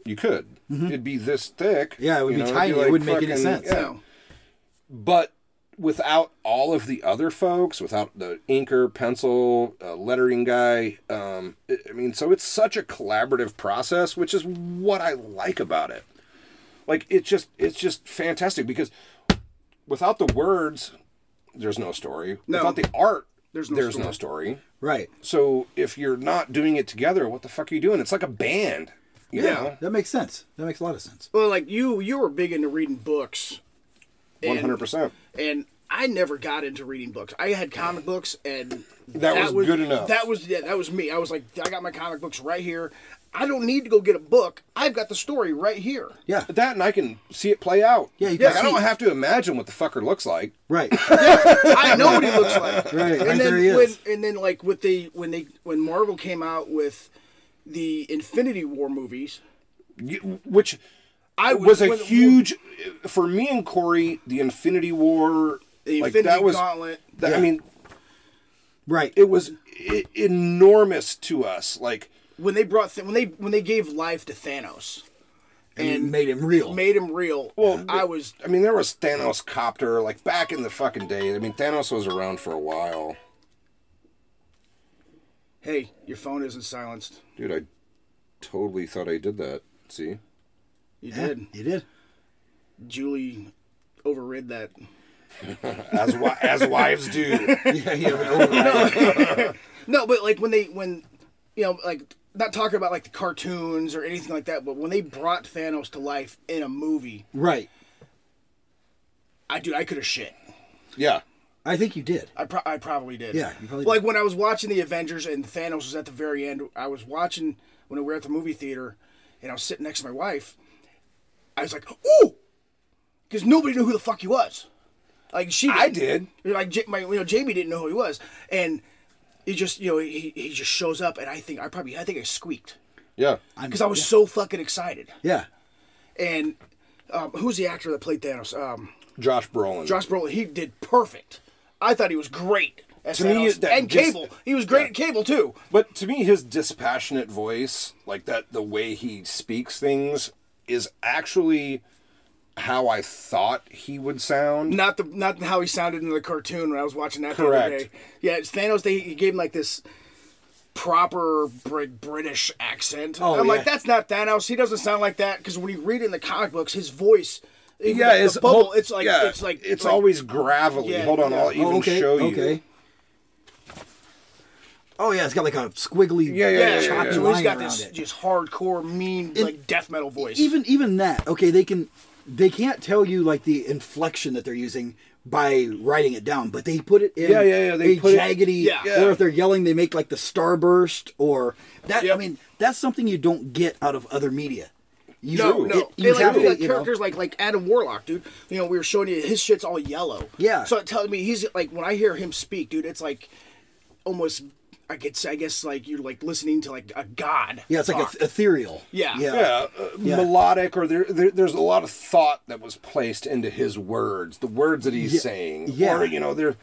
D: You could. It'd be this thick.
B: Mm-hmm. Yeah, it would be
D: you know, it'd
B: tiny.
D: like
B: it wouldn't make any
D: fucking-
B: sense.
D: yeah.
C: So,
D: But without all of the other folks, without the inker, pencil, uh, lettering guy, um, I- I mean, so it's such a collaborative process, which is what I like about it. Like it's just it's just fantastic because without the words, there's no story.
C: No.
D: Without the art,
C: There's no
D: there's
C: story.
D: no story.
B: Right.
D: So if you're not doing it together, what the fuck are you doing? It's like a band. You
C: Yeah.
D: know?
B: That makes sense. That makes a lot of sense.
C: well, like you, you were big into reading books,
D: One hundred percent.
C: and I never got into reading books. I had comic books, and
D: That was good enough.
C: That was yeah, that was me. I was like, I got my comic books right here. I don't need to go get a book. I've got the story right here.
B: Yeah.
D: That and I can see it play out.
B: Yeah, you
D: Like,
B: can
D: I don't
B: see-
D: have to imagine what the fucker looks like.
B: [laughs] Right.
C: I know what he looks
B: Right,
C: like.
B: right
C: and then
B: there he
C: when,
B: is.
C: And then like with the when they when Marvel came out with the Infinity War movies,
D: You- which
C: I
D: was a
C: when-
D: huge for me and Corey. The Infinity War,
C: The
D: like
C: Infinity
D: that was.
C: Gauntlet.
D: that-
B: Yeah.
D: I mean,
B: Right.
D: it was e- enormous to us. Like
C: when they brought Th- when they when they gave life to Thanos and
B: made him real.
C: made him real. Well, I was
D: I mean, there was Thanos copter like back in the fucking day. I mean, Thanos was around for a while,
C: hey, your phone isn't silenced.
D: dude. I totally thought I did that. See,
C: You
B: Yeah,
C: did.
B: you did.
C: Julie overrid that.
D: as wi- [laughs] as wives do.
B: Yeah, yeah, we override it.
C: No, but like when they when you know like not talking about like the cartoons or anything like that, but when they brought Thanos to life in a movie,
B: [laughs] right.
C: I dude, I could have shit.
D: Yeah,
B: I think you did.
C: I, pro- I probably did.
B: Yeah, you probably
C: like
B: did.
C: when I was watching the Avengers and Thanos was at the very end. I was watching when we were at the movie theater, and I was sitting next to my wife. I was like, "Ooh," because nobody knew who the fuck he was. Like she,
D: I did.
C: Like Ja- my, you know, Jamie didn't know who he was, and he just, you know, he, he just shows up, and I think I probably, I think I squeaked
D: yeah.
C: because I was so fucking excited.
B: Yeah.
C: And um, who's the actor that played Thanos? Um,
D: Josh Brolin.
C: Josh Brolin, he did perfect. I thought he was great. As
D: To me,
C: Thanos.
D: that
C: and
D: just-
C: Cable, he was great at Cable too.
D: But to me, his dispassionate voice, like that, the way he speaks things, is actually how I thought he would sound.
C: Not the not how he sounded in the cartoon when I was watching that the other
D: Correct.
C: day. Yeah, it's Thanos. They he gave him like this proper Br- British accent.
B: Oh,
C: I'm
B: yeah.
C: like, that's not Thanos. He doesn't sound like that because when you read it in the comic books, his voice. even
D: Yeah,
C: the
D: it's
C: bubble.
D: hol-
C: it's like
D: yeah,
C: it's like
D: it's
C: like-
D: always gravelly.
C: Yeah,
D: Hold on,
C: yeah.
D: I'll even
B: oh, okay.
D: show you.
B: Okay. Oh yeah, it's got like a squiggly.
D: Yeah, yeah,
C: yeah. yeah,
D: yeah,
C: yeah,
D: choppy
C: So He's
B: line
C: got
B: around
C: this
B: it.
C: just hardcore, mean, like death metal voice.
B: Even even that. Okay, they can they can't tell you like the inflection that they're using by writing it down, but they put it in
D: Yeah, yeah, yeah, they
B: a
D: put it-
B: jaggedy
C: Yeah.
B: or if they're yelling they make like the starburst or that I
C: Yep.
B: mean, that's something you don't get out of other media. You
C: No,
B: don't-
C: no.
B: it- you
C: and like,
B: have
C: we
B: to,
C: got
B: you know.
C: characters like like Adam Warlock, dude. You know, we were showing you his shit's all yellow.
B: Yeah.
C: So it tells me he's like when I hear him speak, dude, it's like almost I could say I guess like you're like listening to like a god.
B: Yeah, it's like
C: talk.
B: eth- ethereal.
C: Yeah.
B: Yeah.
D: Yeah, uh, melodic, or there, there, there's a lot of thought that was placed into his words, the words that he's saying,
B: yeah.
D: or you know, there,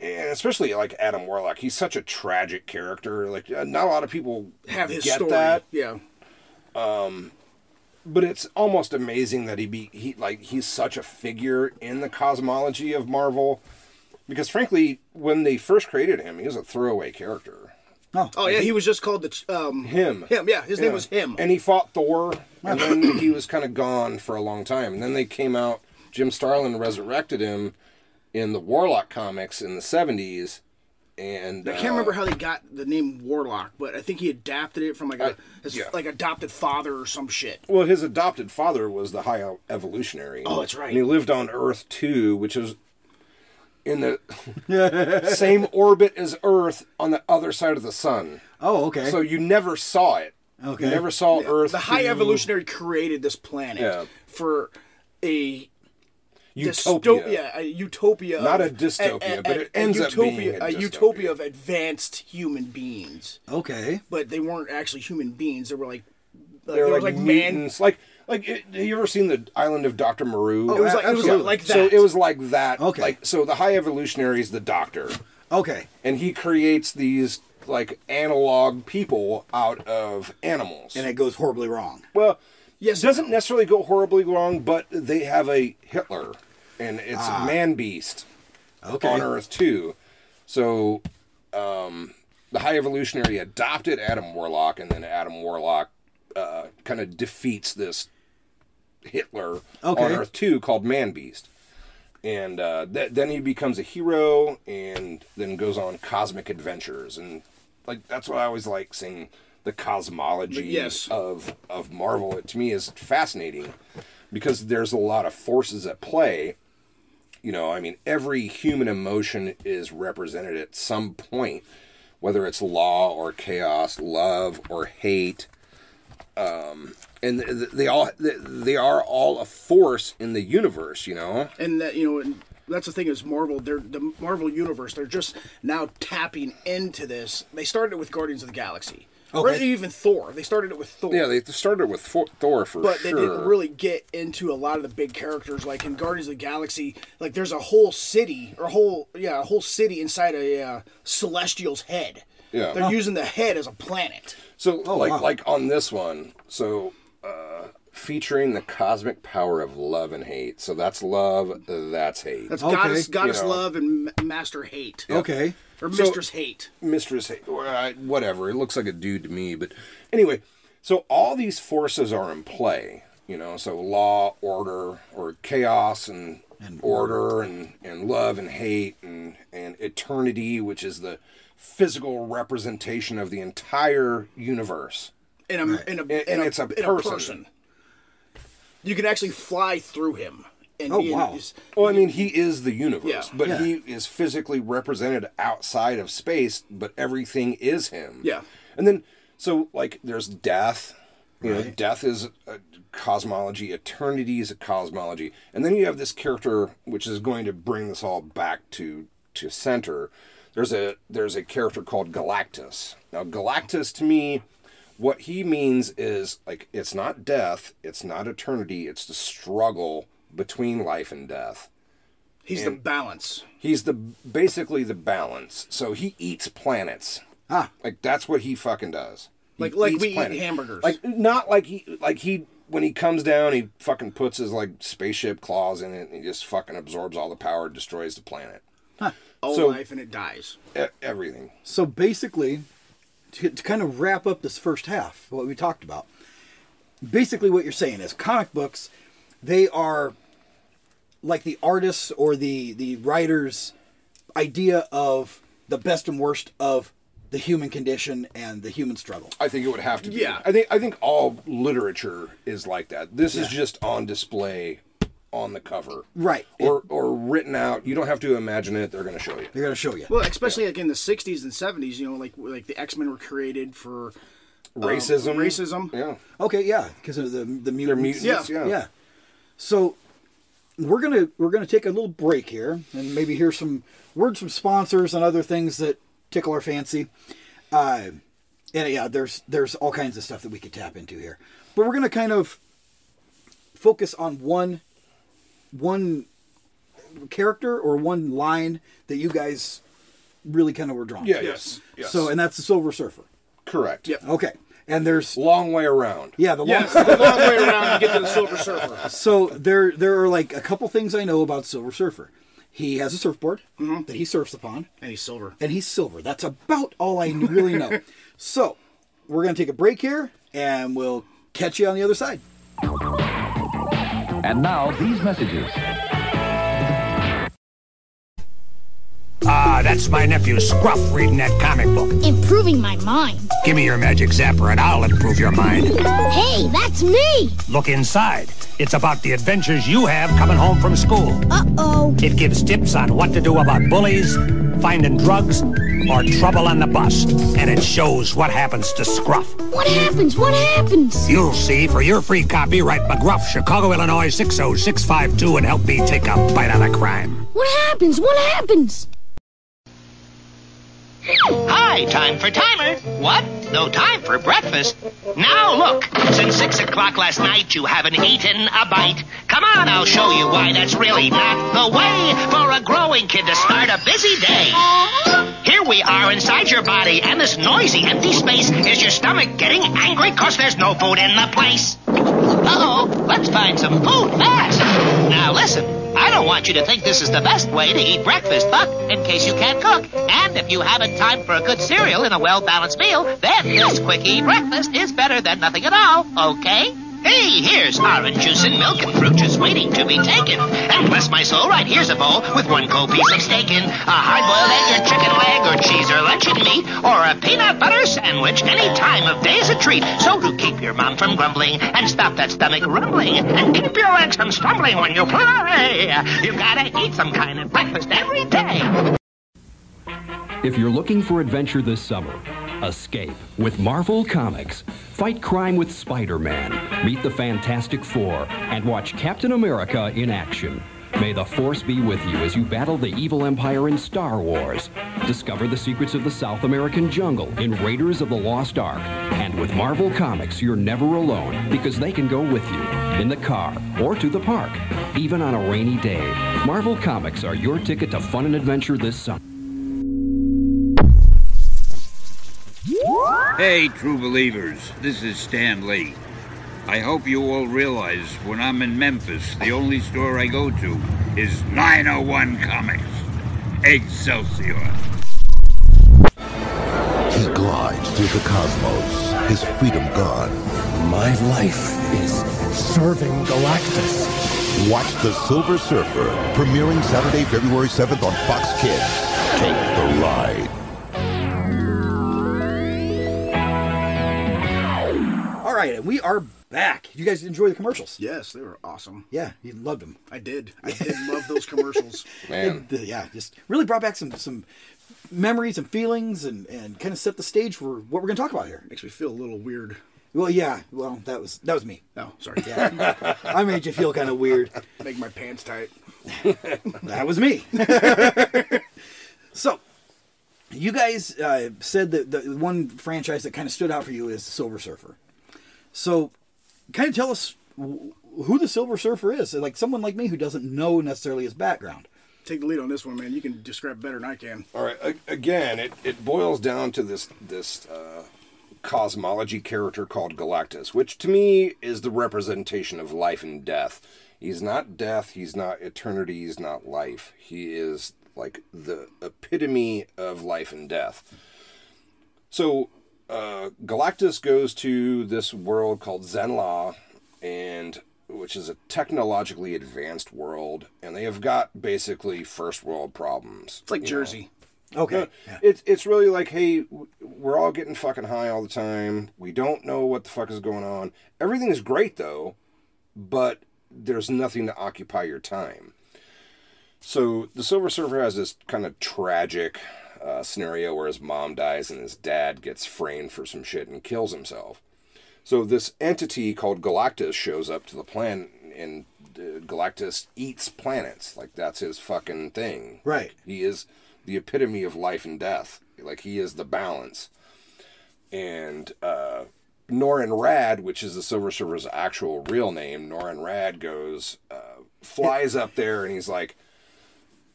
D: and especially like Adam Warlock, he's such a tragic character. Like, uh, not a lot of people
C: have his
D: get
C: story.
D: that.
C: Yeah.
D: but it's almost amazing that he be he like he's such a figure in the cosmology of Marvel because frankly when they first created him he was a throwaway character
C: Oh yeah, he was just called the ch- um
D: him
C: Him, yeah. His
D: Yeah.
C: name was him.
D: and he fought Thor
C: [clears throat]
D: and then he was kind of gone for a long time and then they came out Jim Starlin resurrected him in the Warlock comics in the 70s and uh,
C: I can't remember how they got the name Warlock, but I think he adapted it from like
B: Uh,
C: a his,
D: yeah.
C: like adopted father or some shit.
D: Well, his adopted father was the high evolutionary.
C: Oh, that's right.
D: And he lived on Earth too, which is in the
C: [laughs]
D: same orbit as Earth on the other side of the sun.
B: Oh, okay.
D: So you never saw it.
B: Okay.
D: You never saw Earth.
C: The high
D: to
C: evolutionary created this planet
D: Yeah.
C: for a
D: utopia.
C: dystopia, a utopia,
D: Not
C: of-
D: a dystopia, but it ends up
C: utopia,
D: being a dystopia.
C: utopia of advanced human beings.
B: okay.
C: But they weren't actually human beings; they were like, like
D: They're
C: they were
D: like,
C: like, man.
D: mutants. Like like it, have you ever seen the Island of Doctor Maru?
C: Oh, It was like, it was
B: Absolutely.
C: like that.
D: So it was like that.
B: Okay.
D: Like so, the high evolutionary is the Doctor,
B: Okay.
D: and he creates these like analog people out of animals.
B: And it goes horribly wrong.
D: Well,
C: Yes
D: yes,
C: and
D: doesn't necessarily go horribly wrong, but they have a Hitler, and it's man beast
B: Ah. Okay.
D: on Earth too. So, um, the High Evolutionary adopted Adam Warlock, and then Adam Warlock uh, kind of defeats this Hitler on
B: Okay.
D: Earth too, called Man Beast. And uh, th- then he becomes a hero, and then goes on cosmic adventures, and like that's what I always like seeing the cosmology
C: Yes.
D: of of Marvel. It, to me is fascinating because there's a lot of forces at play. You know, I mean, every human emotion is represented at some point, whether it's law or chaos, love or hate Um, and th- th- they all th- they are all a force in the universe you know
C: and that you know and that's the thing is marvel they're the marvel universe they're just now tapping into this they started it with guardians of the galaxy or
B: Okay.
C: even thor they started it with thor
D: yeah they started with Thor- thor for
C: but
D: sure
C: they didn't really get into a lot of the big characters like in guardians of the galaxy like there's a whole city or whole yeah a whole city inside a uh, celestial's head
D: Yeah.
C: they're using the head as a planet
D: so
C: Oh,
D: like
B: wow.
D: like on this one so uh featuring the cosmic power of love and hate so that's love that's hate
C: that's
B: Okay.
C: goddess goddess
D: You know.
C: love and ma- master hate
B: Okay.
C: or mistress hate
D: mistress hate or, uh, whatever it looks like a dude to me but anyway so all these forces are in play you know so law order or chaos and, order and, and love and hate and, and eternity which is the physical representation of the entire universe
C: in a in a,
D: And-
C: in
D: and
C: a,
D: it's a
C: in
D: person.
C: You can actually fly through him. And
B: Oh,
C: and
B: wow.
C: he's-
D: well i mean he is the universe
C: Yeah.
D: but
B: Yeah.
D: he is physically represented outside of space but everything is him
C: Yeah.
D: And then, so like, there's death. You know, death is a cosmology. Eternity is a cosmology. And then you have this character, which is going to bring this all back to to center. There's a there's a character called Galactus. Now, Galactus to me, what he means is like it's not death, it's not eternity, it's the struggle between life and death.
C: he's the balance.
D: He's the basically the balance. So he eats planets.
B: Ah.
D: Like that's what he fucking does. He
C: Like- like
D: eats
C: we eat hamburgers.
D: Like not like he like he when he comes down he fucking puts his like spaceship claws in it and he just fucking absorbs all the power, destroys the planet.
C: All
D: So-
C: life and it dies.
D: E- everything.
B: So basically, to, to kind of wrap up this first half, what we talked about, basically what you're saying is comic books, they are like the artists or the the writers' idea of the best and worst of the human condition and the human struggle.
D: I think it would have to be.
C: Yeah.
D: I think I think all literature is like that. This is just on display on the cover.
B: Right.
D: Or or written out. You don't have to imagine it, they're gonna show you.
B: They're gonna show you.
C: Well, especially like in the '60s and '70s, you know, like like the X Men were created for
D: Racism.
C: Oh, racism.
D: Yeah.
B: Okay, yeah, because of the the
D: They're
B: mutants.
D: mutants.
C: Yeah.
D: Yeah.
B: yeah. So we're gonna we're gonna take a little break here and maybe hear some words from sponsors and other things that tickle our fancy. Uh, and yeah, there's there's all kinds of stuff that we could tap into here, but we're gonna kind of focus on one one character or one line that you guys really kind of were drawn.
D: Yeah,
B: to.
D: yes. Yes.
B: So and that's the Silver Surfer.
D: Correct.
C: Yep.
B: Okay. And there's
D: Long way around.
B: yeah the long-
C: Yes, the [laughs] long way around to get to the Silver [laughs] Surfer.
B: So there, there are like a couple things I know about Silver Surfer. He has a surfboard that he surfs upon,
C: And he's silver.
B: and he's silver. That's about all I really know. so we're gonna take a break here, and we'll catch you on the other side.
E: And now, these messages.
F: Ah,
E: Ah, that's my nephew Scruff reading that comic book.
F: Improving my mind.
E: Give me your magic zapper and I'll improve your mind.
F: Hey, that's me!
E: Look inside. It's about the adventures you have coming home from school.
F: Uh-oh.
E: It gives tips on what to do about bullies, finding drugs, or trouble on the bus. And it shows what happens to Scruff.
F: What happens? What happens?
E: You'll see for your free copy, write McGruff, Chicago, Illinois 60652 and help me take a bite out of crime.
F: What happens? What happens?
G: Hi, time for timer. What? No time for breakfast. Now look, since six o'clock last night you haven't eaten a bite. Come on, I'll show you why that's really not the way for a growing kid to start a busy day. Here we are inside your body, and this noisy empty space is your stomach getting angry because there's no food in the place. Uh-oh, let's find some food fast. Now listen, I don't want you to think this is the best way to eat breakfast, but in case you can't cook, and if you haven't time for a good cereal and a well-balanced meal, then this quickie breakfast is better than nothing at all, okay? Hey, here's orange juice and milk and fruit just waiting to be taken. And bless my soul, right here's a bowl with one cold piece of steak in, a hard-boiled egg or chicken leg or cheese or luncheon meat or a peanut butter sandwich any time of day is a treat. So to keep your mom from grumbling and stop that stomach rumbling and keep your legs from stumbling when you play, you gotta eat some kind of breakfast every day.
H: If you're looking for adventure this summer, escape with Marvel Comics, fight crime with Spider Man, meet the Fantastic Four, and watch Captain America in action. May the Force be with you as you battle the evil empire in Star Wars. Discover the secrets of the South American jungle in Raiders of the Lost Ark. And with Marvel Comics, you're never alone because they can go with you in the car or to the park, even on a rainy day. Marvel Comics are your ticket to fun and adventure this summer.
I: Hey, true believers, this is Stan Lee. I hope you all realize when I'm in Memphis, the only store I go to is 901 Comics. Excelsior.
J: He glides through the cosmos, his freedom gone. My life is serving Galactus. Watch The Silver Surfer, premiering Saturday, February 7th on Fox Kids. Take the ride.
B: All right, and we are back. You guys enjoy the commercials?
C: Yes, they were awesome.
B: Yeah, you loved them.
C: I did. I [laughs] did love those commercials.
D: Man,
B: The- yeah, just really brought back some some memories and feelings, and and kind of set the stage for what we're going to talk about here.
C: Makes me feel a little weird.
B: Well, yeah, well that was that was me.
C: Oh, [laughs] sorry.
B: I made you feel kind of weird.
C: Make my pants tight.
B: That was me. [laughs] so, you guys uh, said that the one franchise that kind of stood out for you is Silver Surfer. So, kind of tell us wh- who the Silver Surfer is. Like someone like me who doesn't know necessarily his background.
C: Take the lead on this one, man. You can describe better than I can.
D: All right. a- Again, it, it boils down to this this uh, cosmology character called Galactus, which to me is the representation of life and death. He's not death. He's not eternity. He's not life. He is like the epitome of life and death. So uh, Galactus goes to this world called Zenla, and which is a technologically advanced world, and they have got basically first world problems.
C: It's like Jersey.
B: Okay.
D: It's it's really like, hey, w- we're all getting fucking high all the time. We don't know what the fuck is going on. Everything is great though, but there's nothing to occupy your time. So the Silver Surfer has this kind of tragic uh, scenario where his mom dies and his dad gets framed for some shit and kills himself. So this entity called Galactus shows up to the planet, and uh, Galactus eats planets. Like that's his fucking thing.
B: Right.
D: He is the epitome of life and death. Like he is the balance. And uh, Norin Rad, which is the Silver Surfer's actual real name, Norin Rad goes uh, flies up there, and he's like,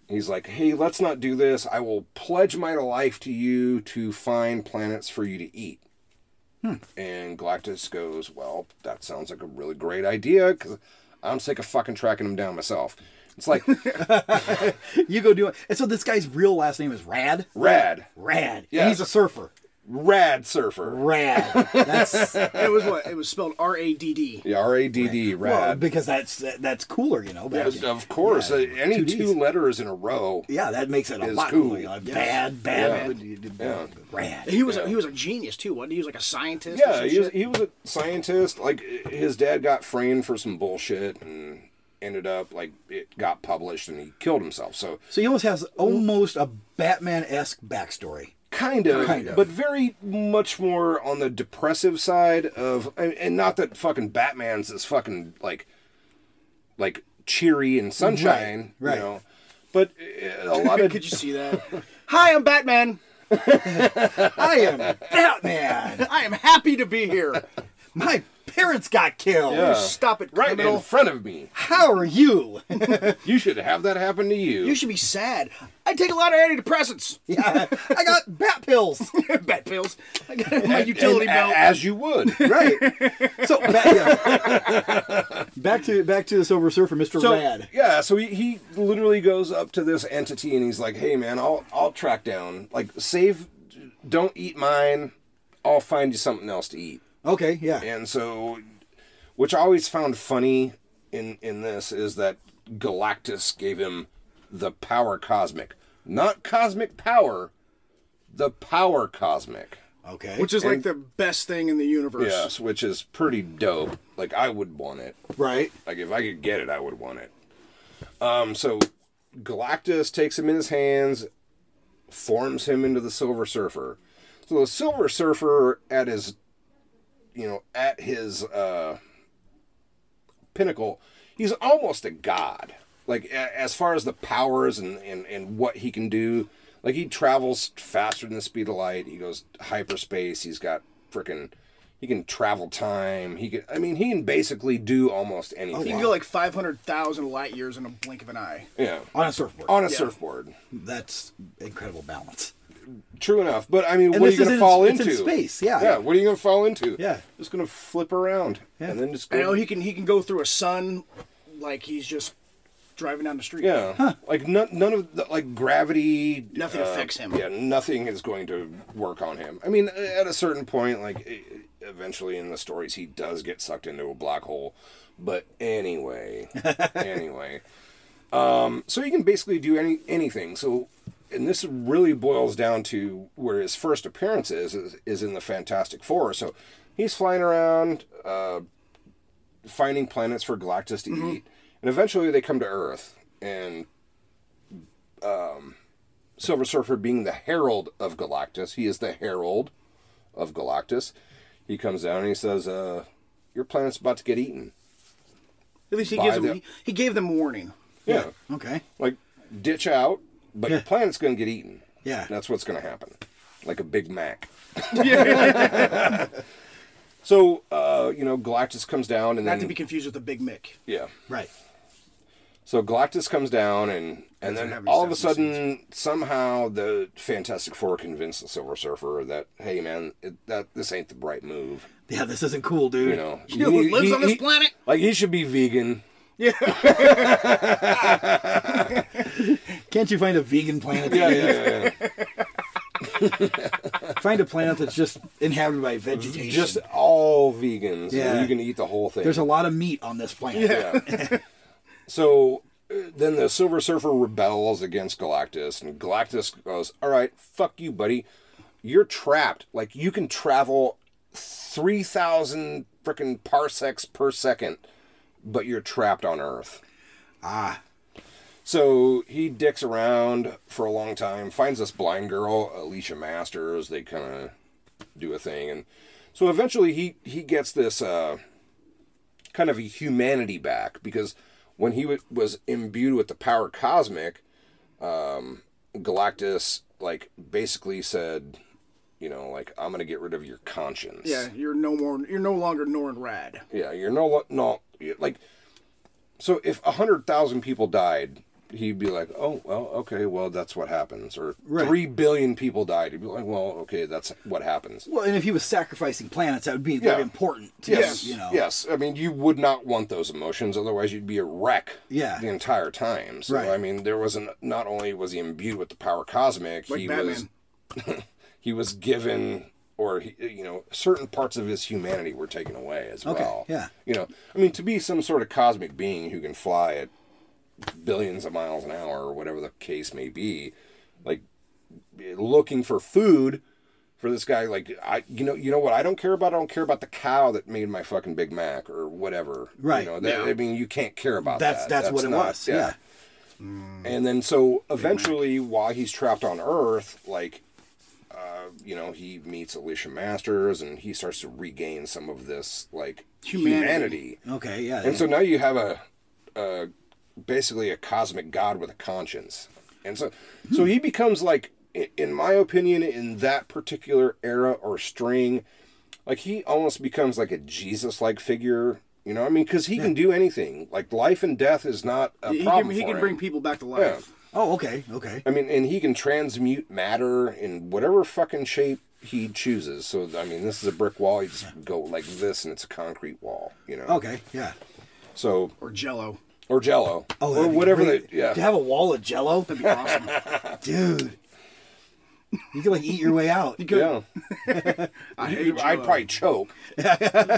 D: he's like, hey, let's not do this. I will pledge my life to you to find planets for you to eat.
B: Hmm.
D: And Galactus goes, well, that sounds like a really great idea because I'm sick of fucking tracking him down myself.
B: [laughs]
D: It's like
B: You go do it. And so this guy's real last name is Rad.
D: Rad.
B: Rad. And
D: Yeah.
B: he's a surfer.
D: Rad Surfer.
B: Rad.
D: [laughs]
B: That's
C: It was what? It was spelled R A D D.
D: Yeah, R A D D,
B: well,
D: rad.
B: because that's that's cooler, you know. Back
D: Yes,
B: in-
D: of course, uh, any
B: Two
D: two,
B: Ds.
D: letters in a row.
B: yeah, that makes it a
D: Is
B: lot
D: cool.
B: cooler. you know,
D: Yes.
B: Bad, bad, rad.
C: He was a, he was a genius too, wasn't he? He was like a scientist. or
D: Yeah,
C: some
D: he was,
C: shit.
D: he was a scientist. Like his dad got framed for some bullshit and ended up like it got published and he killed himself. So
B: So he almost has almost a Batman esque backstory.
D: kind of,
B: Kind of.
D: but very much more on the depressive side of, and, and not that fucking Batman's is fucking like, like cheery and sunshine,
B: right.
D: you know. But uh, a lot of
C: [laughs] Could you see that? Hi, I'm Batman.
B: I am Batman.
C: I am happy to be here.
B: My parents got killed.
C: Stop it,
D: right
C: criminal.
D: in front of me.
B: How are you? [laughs]
D: You should have that happen to you.
C: You should be sad. I take a lot of antidepressants.
B: yeah, I got bat pills.
C: Bat pills. I got my utility
D: And a-
C: belt.
D: as
C: [laughs]
D: you would.
B: Right. So back, yeah. back to back to the Silver Surfer, Mister
D: So,
B: Rad.
D: Yeah, so he, he literally goes up to this entity and he's like, "Hey man, I'll I'll track down like save don't eat mine. I'll find you something else to eat."
B: Okay, yeah.
D: And so which I always found funny in in this is that Galactus gave him the power cosmic. Not cosmic power, the power cosmic.
B: Okay.
C: which is like the best thing in the universe.
D: Yes, which is pretty dope. Like I would want it.
B: right.
D: Like if I could get it, I would want it. Um, so Galactus takes him in his hands, forms him into the Silver Surfer. So the Silver Surfer at his, you know, at his uh, pinnacle, he's almost a god. Like a- as far as the powers and and and what he can do, like he travels faster than the speed of light. He goes hyperspace. He's got freaking. He can travel time. He can. I mean, he can basically do almost anything.
C: You Oh, can go like 500,000 light years in a blink of an eye.
D: yeah,
B: On a surfboard.
D: on a surfboard.
B: That's incredible balance.
D: True enough, but I mean,
B: And
D: what are
B: this
D: you
B: is
D: going to
B: in-
D: fall
B: it's in
D: into?
B: space, yeah.
D: Yeah. What are you going to fall into?
B: Yeah.
D: Just going to flip around and then just
C: I know
D: go.
C: he can he can go through a sun like he's just driving down the street.
D: Yeah. Like none, none of the, like gravity.
C: Nothing affects him.
D: Um, Yeah. Nothing is going to work on him. I mean, uh, at a certain point, like e- eventually in the stories, he does get sucked into a black hole. But
C: [laughs]
D: anyway, anyway. Um, so he can basically do any anything. So, and this really boils down to where his first appearance is is, is in the Fantastic Four. So he's flying around, uh, finding planets for Galactus to
C: Mm-hmm.
D: eat, and eventually they come to Earth. And um, Silver Surfer, being the herald of Galactus, he is the herald of Galactus. He comes down and he says, uh, "Your planet's about to get eaten."
C: At least he
D: By
C: gives them,
D: the-
C: he, he gave them warning.
D: Yeah.
B: Okay.
D: like ditch out, but your planet's going to get eaten.
B: Yeah.
D: that's what's going to happen, like a Big Mac. [laughs]
C: [laughs]
D: so uh, you know, Galactus comes down and
C: Not
D: then
C: to be confused with the Big Mick.
D: yeah.
B: Right.
D: So Galactus comes down and and then all of a sudden somehow the Fantastic Four convince the Silver Surfer that hey man it, that this ain't the right move.
B: Yeah, this isn't cool, dude. [laughs]
D: You know,
C: You know who lives on this
D: he-
C: planet?
D: Like he should be vegan.
B: Can't you find a vegan planet?
D: Yeah, yeah, yeah. yeah.
B: [laughs] Find a planet that's just inhabited by vegetation.
D: Just all vegans.
B: Yeah.
D: Yeah. You can eat the whole thing.
B: There's a lot of meat on this planet.
D: Yeah. so uh, then the Silver Surfer rebels against Galactus, and Galactus goes, "All right, fuck you, buddy. You're trapped. Like you can travel three thousand freaking parsecs per second, but you're trapped on Earth." Ah. So he dicks around for a long time, finds this blind girl, Alicia Masters. They kind of do a thing, and so eventually he he gets this. Uh, kind of a humanity back because when he w- was imbued with the power cosmic, um, Galactus like basically said, you know, like I'm gonna get rid of your conscience.
C: Yeah, you're no more you're no longer NORAD.
D: yeah. You're no lo- no you- like. So if a hundred thousand people died, he'd be like, oh well, okay, well that's what happens. Or three billion people died, he'd be like, well, okay, that's what happens.
B: Well, and if he was sacrificing planets, that would be
D: Yeah.
B: very important. To
D: Yes,
B: You know.
D: yes. I mean, you would not want those emotions, otherwise you'd be a wreck.
B: Yeah.
D: the entire time. So
B: Right.
D: I mean, there was an, not only was he imbued with the power cosmic,
C: Like
D: he was
C: Batman.
D: he was given or he, you know, certain parts of his humanity were taken away as
B: Okay,
D: well.
B: yeah.
D: You know, I mean, to be some sort of cosmic being who can fly at billions of miles an hour or whatever the case may be, like looking for food for this guy like i you know you know what i don't care about i don't care about the cow that made my fucking big mac or whatever
B: Right.
D: you know that, i mean you can't care about
B: That's-
D: that
B: that's what it was, yeah.
D: and then so eventually while he's trapped on earth like uh, you know he meets alicia masters and he starts to regain some of this like
C: Humanity.
D: humanity,
B: Okay, yeah.
D: and so now you have a, a basically a cosmic god with a conscience. And so so he becomes like i- in my opinion in that particular era or string like he almost becomes like a Jesus like figure, you know? I mean cuz he can do anything. Like life and death is not a
C: He
D: problem
C: can, he
D: for
C: can
D: him.
C: bring people back to life.
B: oh, okay, okay.
D: I mean and he can transmute matter in whatever fucking shape he chooses. So I mean this is a brick wall, you just go like this and it's a concrete wall, you know.
B: Okay, yeah.
D: So
C: Or Jello.
D: or Jello,
B: Oh,
D: or
B: that'd be
D: whatever.
B: great.
D: They, yeah,
B: To have a wall of jello,
C: That'd be
D: [laughs]
C: awesome.
B: dude. You could like eat your way out.
D: yeah.
C: [laughs] I
D: I'd
C: hate Jello.
D: probably choke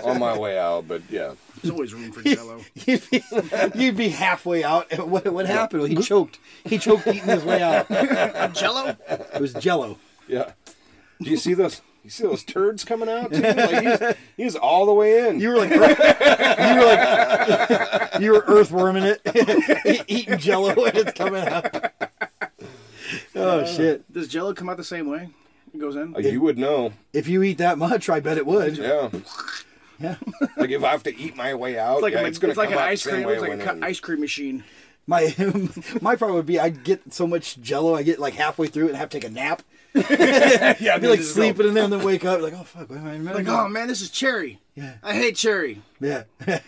D: on my way out, but yeah.
C: There's always room
D: [laughs]
C: for Jello.
B: You'd be, [laughs] you'd be halfway out. and What, what happened? He choked. He choked eating his way
D: [laughs]
B: out. It
C: Jello.
B: was jello.
D: Yeah. Do you see those? You see those turds coming out? Too? Like he's, he's all the way in.
B: You were like, you were like, you were earthworming it, [laughs] E- eating jello, and it's coming out.
D: [laughs]
B: Oh shit!
C: Does Jello come out the same way? It goes in.
D: Like, you would know.
B: If you eat that much, I bet it would.
D: Yeah.
B: Yeah.
D: Like if I have to eat my way out,
C: It's like,
D: yeah,
C: a,
D: it's gonna
C: it's like
D: come
C: an
D: out
C: ice
D: the same
C: cream.
D: way
C: It's
D: it
C: like
D: went
C: an
D: in.
C: ice cream machine.
B: My [laughs] my problem would be I'd get so much jello, I get like halfway through it and have to take a nap.
D: Yeah,
B: I'd be like sleeping in there and then wake up like, oh fuck, what am I in
C: Like, oh man, this is cherry.
B: Yeah.
C: I hate
D: [laughs]
C: cherry.
B: Yeah.
D: oh.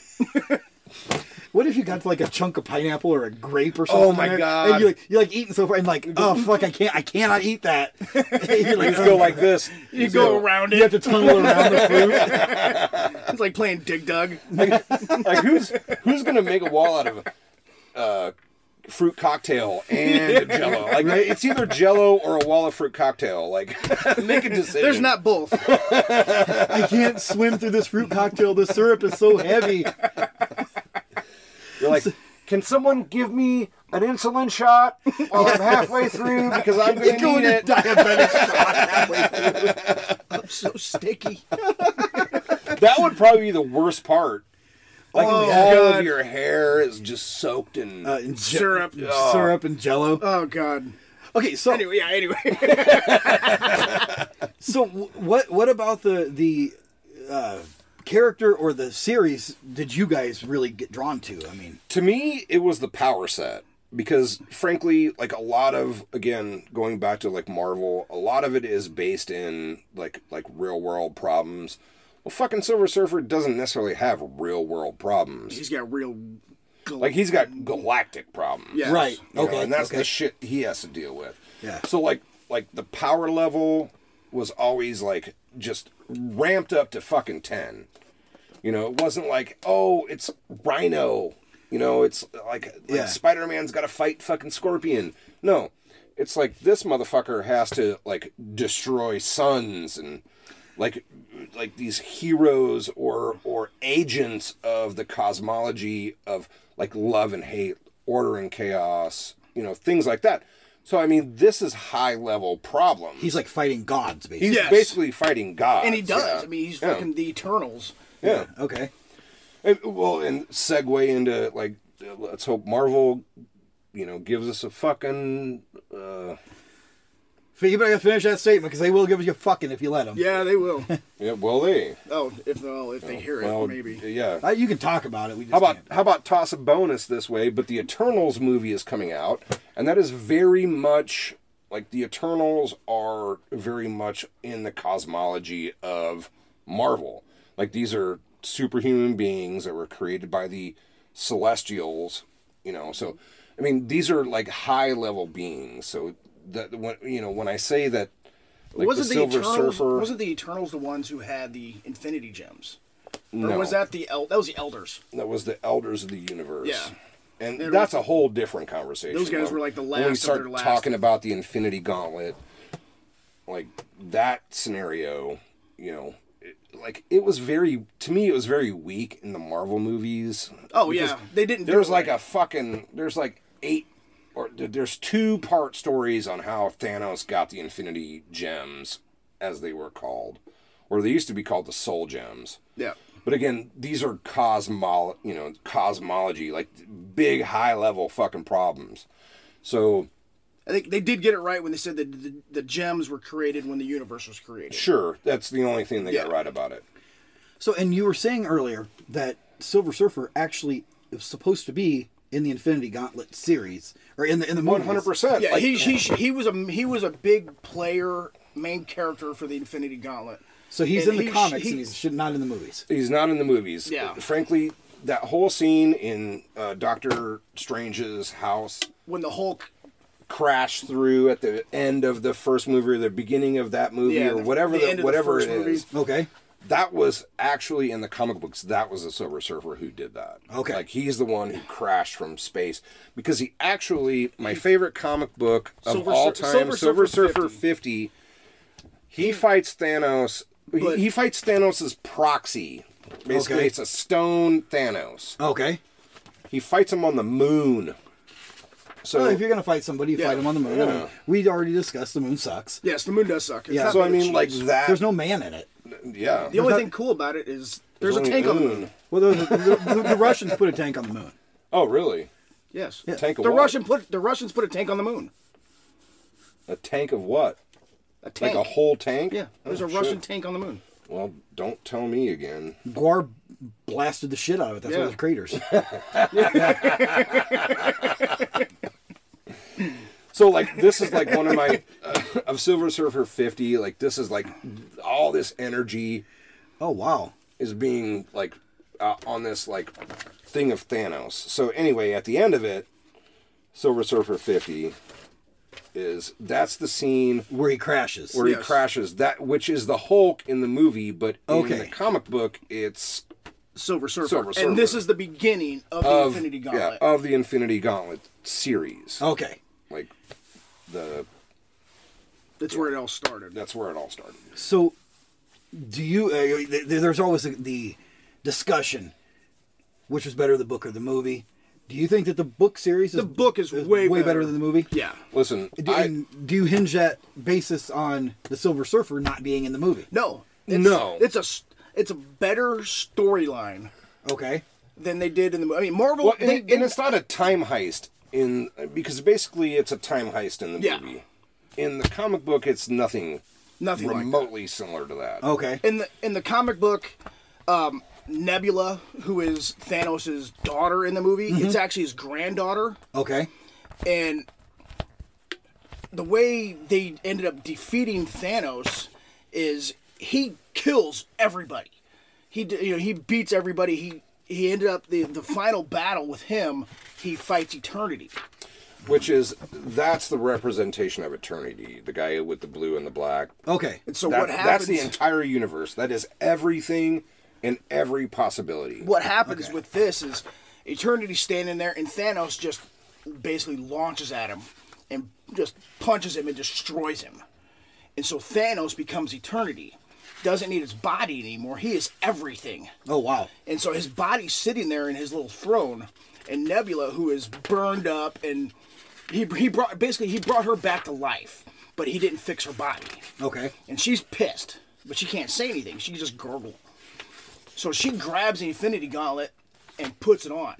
B: [laughs] what if you got like a chunk of pineapple or a grape or something?
D: Oh, my
B: there,
D: God.
B: And you like you like eating so far and
D: [laughs]
B: like oh fuck I can't I cannot eat that. [laughs] You're
D: You
B: like,
D: just go
B: "Oh."
D: like this.
C: You go around
B: you have
C: it.
B: to tunnel around the food.
C: It's like playing Dig Dug.
D: Like who's who's gonna make a wall out of a uh, fruit cocktail and a Jello? Like it's either Jello or a wall of fruit cocktail. Like [laughs] make a decision.
C: There's not both.
B: I can't swim through this fruit cocktail. The syrup is so heavy.
D: You're like, can someone give me an insulin shot while I'm halfway through because I'm going to need it?
B: diabetic shot [laughs] halfway through.
C: I'm so sticky.
D: That would probably be the worst part. Like
C: Oh,
D: all
C: God.
D: of your hair is just soaked in.
B: Uh, and je-
C: Syrup.
B: syrup and jello.
C: Oh god.
B: Okay, so
C: Anyway, yeah. Anyway.
B: [laughs] So wh- what what about the the uh, character or the series did you guys really get drawn to? I mean,
D: to me, it was the power set because, frankly, like a lot of again going back to like Marvel, a lot of it is based in like like real world problems. Well, fucking Silver Surfer doesn't necessarily have real world problems.
C: He's got real.
D: Like he's got galactic problems.
C: Yes.
B: right?
D: You know,
B: Okay,
D: and that's
B: okay.
D: the shit he has to deal with.
B: Yeah.
D: So like like the power level was always like just ramped up to fucking ten. You know, it wasn't like, oh, it's Rhino. You know, it's like, like
B: Yeah.
D: Spider Man's gotta fight fucking Scorpion. No. It's like this motherfucker has to like destroy suns and like like these heroes or or agents of the cosmology of like love and hate order and chaos you know things like that so i mean this is high level problem
B: He's like fighting gods,
D: he's
B: basically.
C: Yes.
D: basically fighting god
C: And he does. I mean, he's fucking the Eternals.
D: yeah
B: Okay,
D: And- well and segue into like uh, let's hope marvel you know gives us a fucking
B: F- you better finish that statement because they will give you a fucking if you let them.
C: Yeah, they will.
D: yeah well they
C: [laughs] oh, if well, if they hear it,
D: well
C: maybe.
D: yeah
B: Uh, you can talk about it. We just
D: How about
B: can't.
D: how about toss a bonus this way? But the Eternals movie is coming out, and that is very much like the Eternals are very much in the cosmology of Marvel. Like these are superhuman beings that were created by the Celestials, you know. So, I mean, these are like high level beings. So that when you know when I say that, like
C: wasn't
D: the
C: the,
D: Silver
C: Eternals?
D: Surfer,
C: Wasn't the Eternals the ones who had the Infinity Gems? Or
D: No.
C: was that the El- that was the Elders?
D: that was the elders of the universe.
C: Yeah.
D: And that's a whole different conversation.
C: Those guys were like the
D: When
C: last
D: we
C: of
D: start
C: their last.
D: talking about the Infinity Gauntlet, like that scenario, you know, it, like it was very to me it was very weak in the Marvel movies.
C: Oh,
D: Because
C: yeah. They didn't do
D: There's
C: it
D: like
C: right.
D: a fucking there's like eight or th- there's two part stories on how Thanos got the Infinity Gems as they were called, or they used to be called the Soul Gems.
C: Yeah.
D: But again, these are cosmol, you know, cosmology, like big high level fucking problems. So
C: I think they did get it right when they said that the, the gems were created when the universe was created.
D: sure, that's the only thing they got
C: Yeah.
D: right about it.
B: So, and you were saying earlier that Silver Surfer actually is supposed to be in the Infinity Gauntlet series or in the in the
D: One
B: movies.
D: hundred percent.
C: Yeah, he, he he was a he was a big player, main character for the Infinity Gauntlet.
B: So he's
C: And
B: in the
C: he sh-
B: comics
C: he-
B: and he's sh- not in the movies.
D: He's not in the movies.
C: Yeah.
D: Frankly, that whole scene in uh, Doctor Strange's house
C: When the Hulk
D: crash through at the end of the first movie or the beginning of that movie
C: Yeah,
D: or
C: the-
D: whatever
C: the
D: the,
C: end of the
D: whatever
C: first
D: it
C: movie.
D: is.
B: Okay.
D: That was actually in the comic books. That was the Silver Surfer who did that.
B: Okay.
D: Like he's the one who crashed from space because he actually my favorite comic book of
C: Silver
D: all
C: Sur-
D: time,
C: Silver
D: Silver,
C: Surfer
D: Surfer 50. he fights Thanos. he-
C: But-
D: he fights Thanos' proxy. Basically,
B: Okay.
D: it's a stone Thanos.
B: Okay.
D: He fights him on the
C: Oh,
D: moon. So
B: Well, if you're gonna fight somebody, you
C: Yeah.
B: fight him on the moon.
D: Yeah.
B: We already discussed the moon sucks.
C: yes, the moon does suck. It's
B: Yeah.
C: not
D: So I
C: made of
D: mean, like
C: cheese.
D: that.
B: There's no man in it.
D: yeah.
C: the only thing cool about it is there's, a
D: only
C: tank on the
D: moon.
C: moon.
B: Well, those, the, the, the Russians put a tank on the moon.
D: Oh, really?
C: Yes,
D: Tank of
C: the
D: what?
C: Russian put the Russians put a tank on the moon.
D: A tank of what?
C: A tank.
D: Like a whole tank?
C: Yeah, there's
D: Oh,
C: a Russian
D: shit.
C: tank on the moon.
D: Well, don't tell me again.
B: Guar blasted the shit out of it. That's why
C: Yeah.
B: there's craters.
D: [laughs] So like this is like one of my of Silver Surfer 50, like this is like all this energy
B: oh wow.
D: is being like uh, on this like thing of Thanos. So anyway, at the end of it, Silver Surfer 50 is that's the scene
B: Where he crashes.
D: where he
C: Yes.
D: crashes that which is the Hulk in the movie, but
B: Okay.
D: in the comic book it's
C: Silver Surfer.
D: Silver Surfer.
C: And this is the beginning of,
D: of
C: the Infinity
D: yeah,
C: Gauntlet. Oh.
D: of the Infinity Gauntlet series.
B: okay.
D: Like the
C: That's where it all started.
D: that's where it all started.
B: So, do you? Uh, th- th- there's always the, the discussion, which was better, the book or the movie? Do you think that the book series, is,
C: The book is way
B: way better.
C: better.
B: than the movie?
C: Yeah.
D: Listen,
B: Do,
D: I-
B: and do you hinge that basis on the Silver Surfer not being in the movie?
C: No. It's,
D: No.
C: It's a s- it's a better storyline
B: Okay.
C: than they did in the. I mean, Marvel.
D: Well, and,
C: they,
D: and it's not a time heist in because basically it's a time heist in the
C: Yeah.
D: movie. In the comic book, it's nothing,
C: Nothing like that.
D: remotely similar to that.
B: Okay.
C: in the in the comic book, um, Nebula, who is Thanos' daughter in the movie,
D: Mm-hmm.
C: it's actually his granddaughter,
B: Okay.
C: and the way they ended up defeating Thanos is he kills everybody. He d- you know he beats everybody. He he ended up the the final battle with him. He fights Eternity.
D: Which is that's the representation of eternity. The guy with the blue and the black.
B: Okay.
C: And so
D: That-
C: what happens?
D: That's the entire universe. That is everything and every possibility.
C: what happens with this is Eternity standing there, and Thanos just basically launches at him and just punches him and destroys him. And so Thanos becomes Eternity. Doesn't need his body anymore. He is everything.
B: Oh wow.
C: And so his body's sitting there in his little throne, and Nebula, who is burned up, and he, he brought basically he brought her back to life, but he didn't fix her body
B: Okay.
C: and she's pissed, but she can't say anything. She can just gurgle. So she grabs the Infinity Gauntlet and puts it on.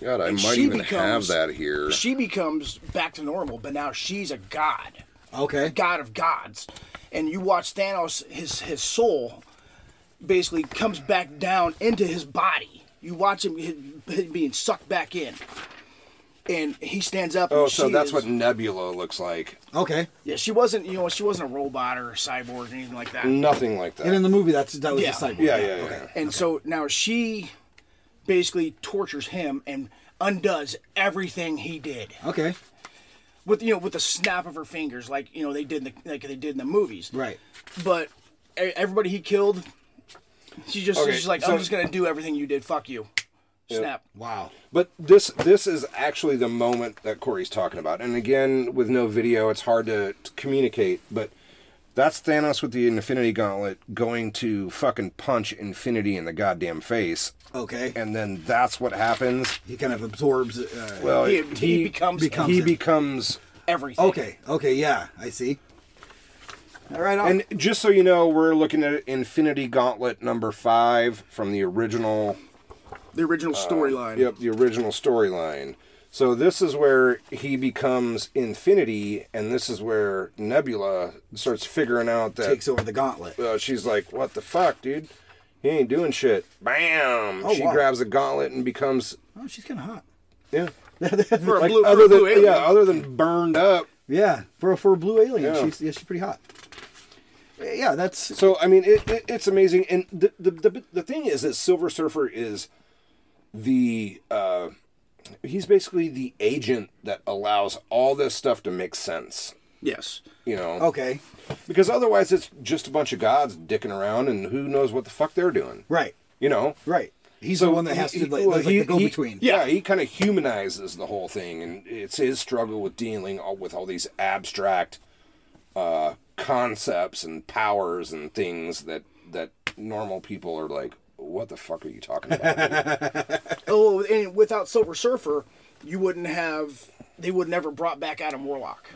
D: God, I
C: And
D: might
C: she
D: even have
C: becomes-
D: that here.
C: She becomes back to normal, but now she's a god,
B: Okay.
C: god of gods. And you watch Thanos, his his soul, basically comes back down into his body. You watch him, him being sucked back in, and he stands up.
D: oh,
C: and
D: so
C: she
D: that's
C: is-
D: what Nebula looks like.
B: Okay.
C: Yeah, she wasn't. You know, she wasn't a robot or a cyborg or anything like that.
D: Nothing like that.
B: And in the movie, that's that was
C: Yeah.
B: the cyborg.
D: yeah, yeah, yeah.
C: And so now she basically tortures him and undoes everything he did
B: Okay.
C: with you know with the snap of her fingers, like you know they did in the, like they did in the movies.
B: Right.
C: But e- everybody he killed, she just
D: Okay,
C: she's like,
D: so-
C: I'm just gonna do everything you did. Fuck you. Snap.
B: Wow.
D: But this this is actually the moment that Corey's talking about. And again, with no video, it's hard to, to communicate. But That's Thanos with the Infinity Gauntlet going to fucking punch Infinity in the goddamn face.
B: Okay.
D: And then that's what happens.
B: He kind of absorbs. Uh,
D: Well,
C: He- he becomes-
B: becomes
D: he
B: it.
D: becomes
C: Everything.
B: okay. Okay. Yeah, I see. All right. I'll-
D: And just so you know, we're looking at Infinity Gauntlet number five from the original.
C: The original
B: Uh,
C: storyline.
D: Yep, the original storyline. So this is where he becomes Infinity, and this is where Nebula starts figuring out that
B: takes over the gauntlet.
D: uh, she's like, "What the fuck, dude? He ain't doing shit." Bam!
B: Oh,
D: she
B: wow.
D: grabs a gauntlet and becomes
B: Oh, she's kind of hot.
D: yeah.
C: [laughs] For a
D: Like,
C: blue, for
D: other
C: a blue
D: than
C: alien.
D: yeah, other than burned up.
B: Yeah, for a, for a blue alien,
D: Yeah.
B: she's yeah, she's pretty hot. Yeah, that's
D: So I mean, it, it, it's amazing, and the, the the the thing is that Silver Surfer is the uh, he's basically the agent that allows all this stuff to make sense.
C: Yes.
D: You know,
B: okay.
D: because otherwise it's just a bunch of gods dicking around, and who knows what the fuck they're doing.
B: Right,
D: You know.
B: right. He's
D: So
B: the one that has
D: he-
B: to like,
D: well,
B: like
D: he-
B: the go between.
D: he- Yeah, he kind of humanizes the whole thing, and it's his struggle with dealing all- with all these abstract uh, concepts and powers and things that that normal people are like, "What the fuck are you
B: [laughs]
D: talking about?"
C: Oh, and without Silver Surfer, you wouldn't have. They would never brought back Adam Warlock.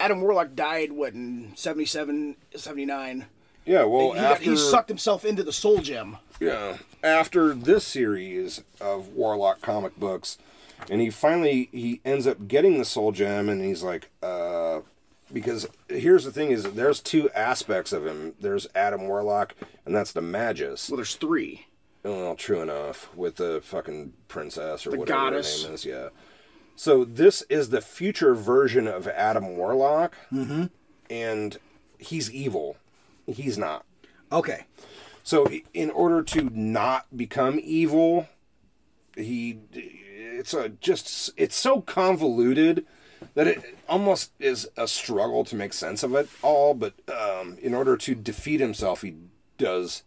C: Adam Warlock died what in 77, 79.
D: yeah, well,
C: he, got-
D: after
C: he sucked himself into the Soul Gem.
D: yeah, after this series of Warlock comic books, and he finally he ends up getting the Soul Gem, and he's like, uh, because here's the thing: is that there's two aspects of him. There's Adam Warlock, and that's the Magus. Oh,
C: Well, there's three.
D: Well, true enough, with the fucking princess or
C: The
D: whatever
C: goddess.
D: her name is, yeah. So this is the future version of Adam Warlock, mm-hmm. and he's evil. He's not.
B: Okay,
D: So i- in order to not become evil, he it's a just it's so convoluted that it almost is a struggle to make sense of it all. But um, in order to defeat himself, he does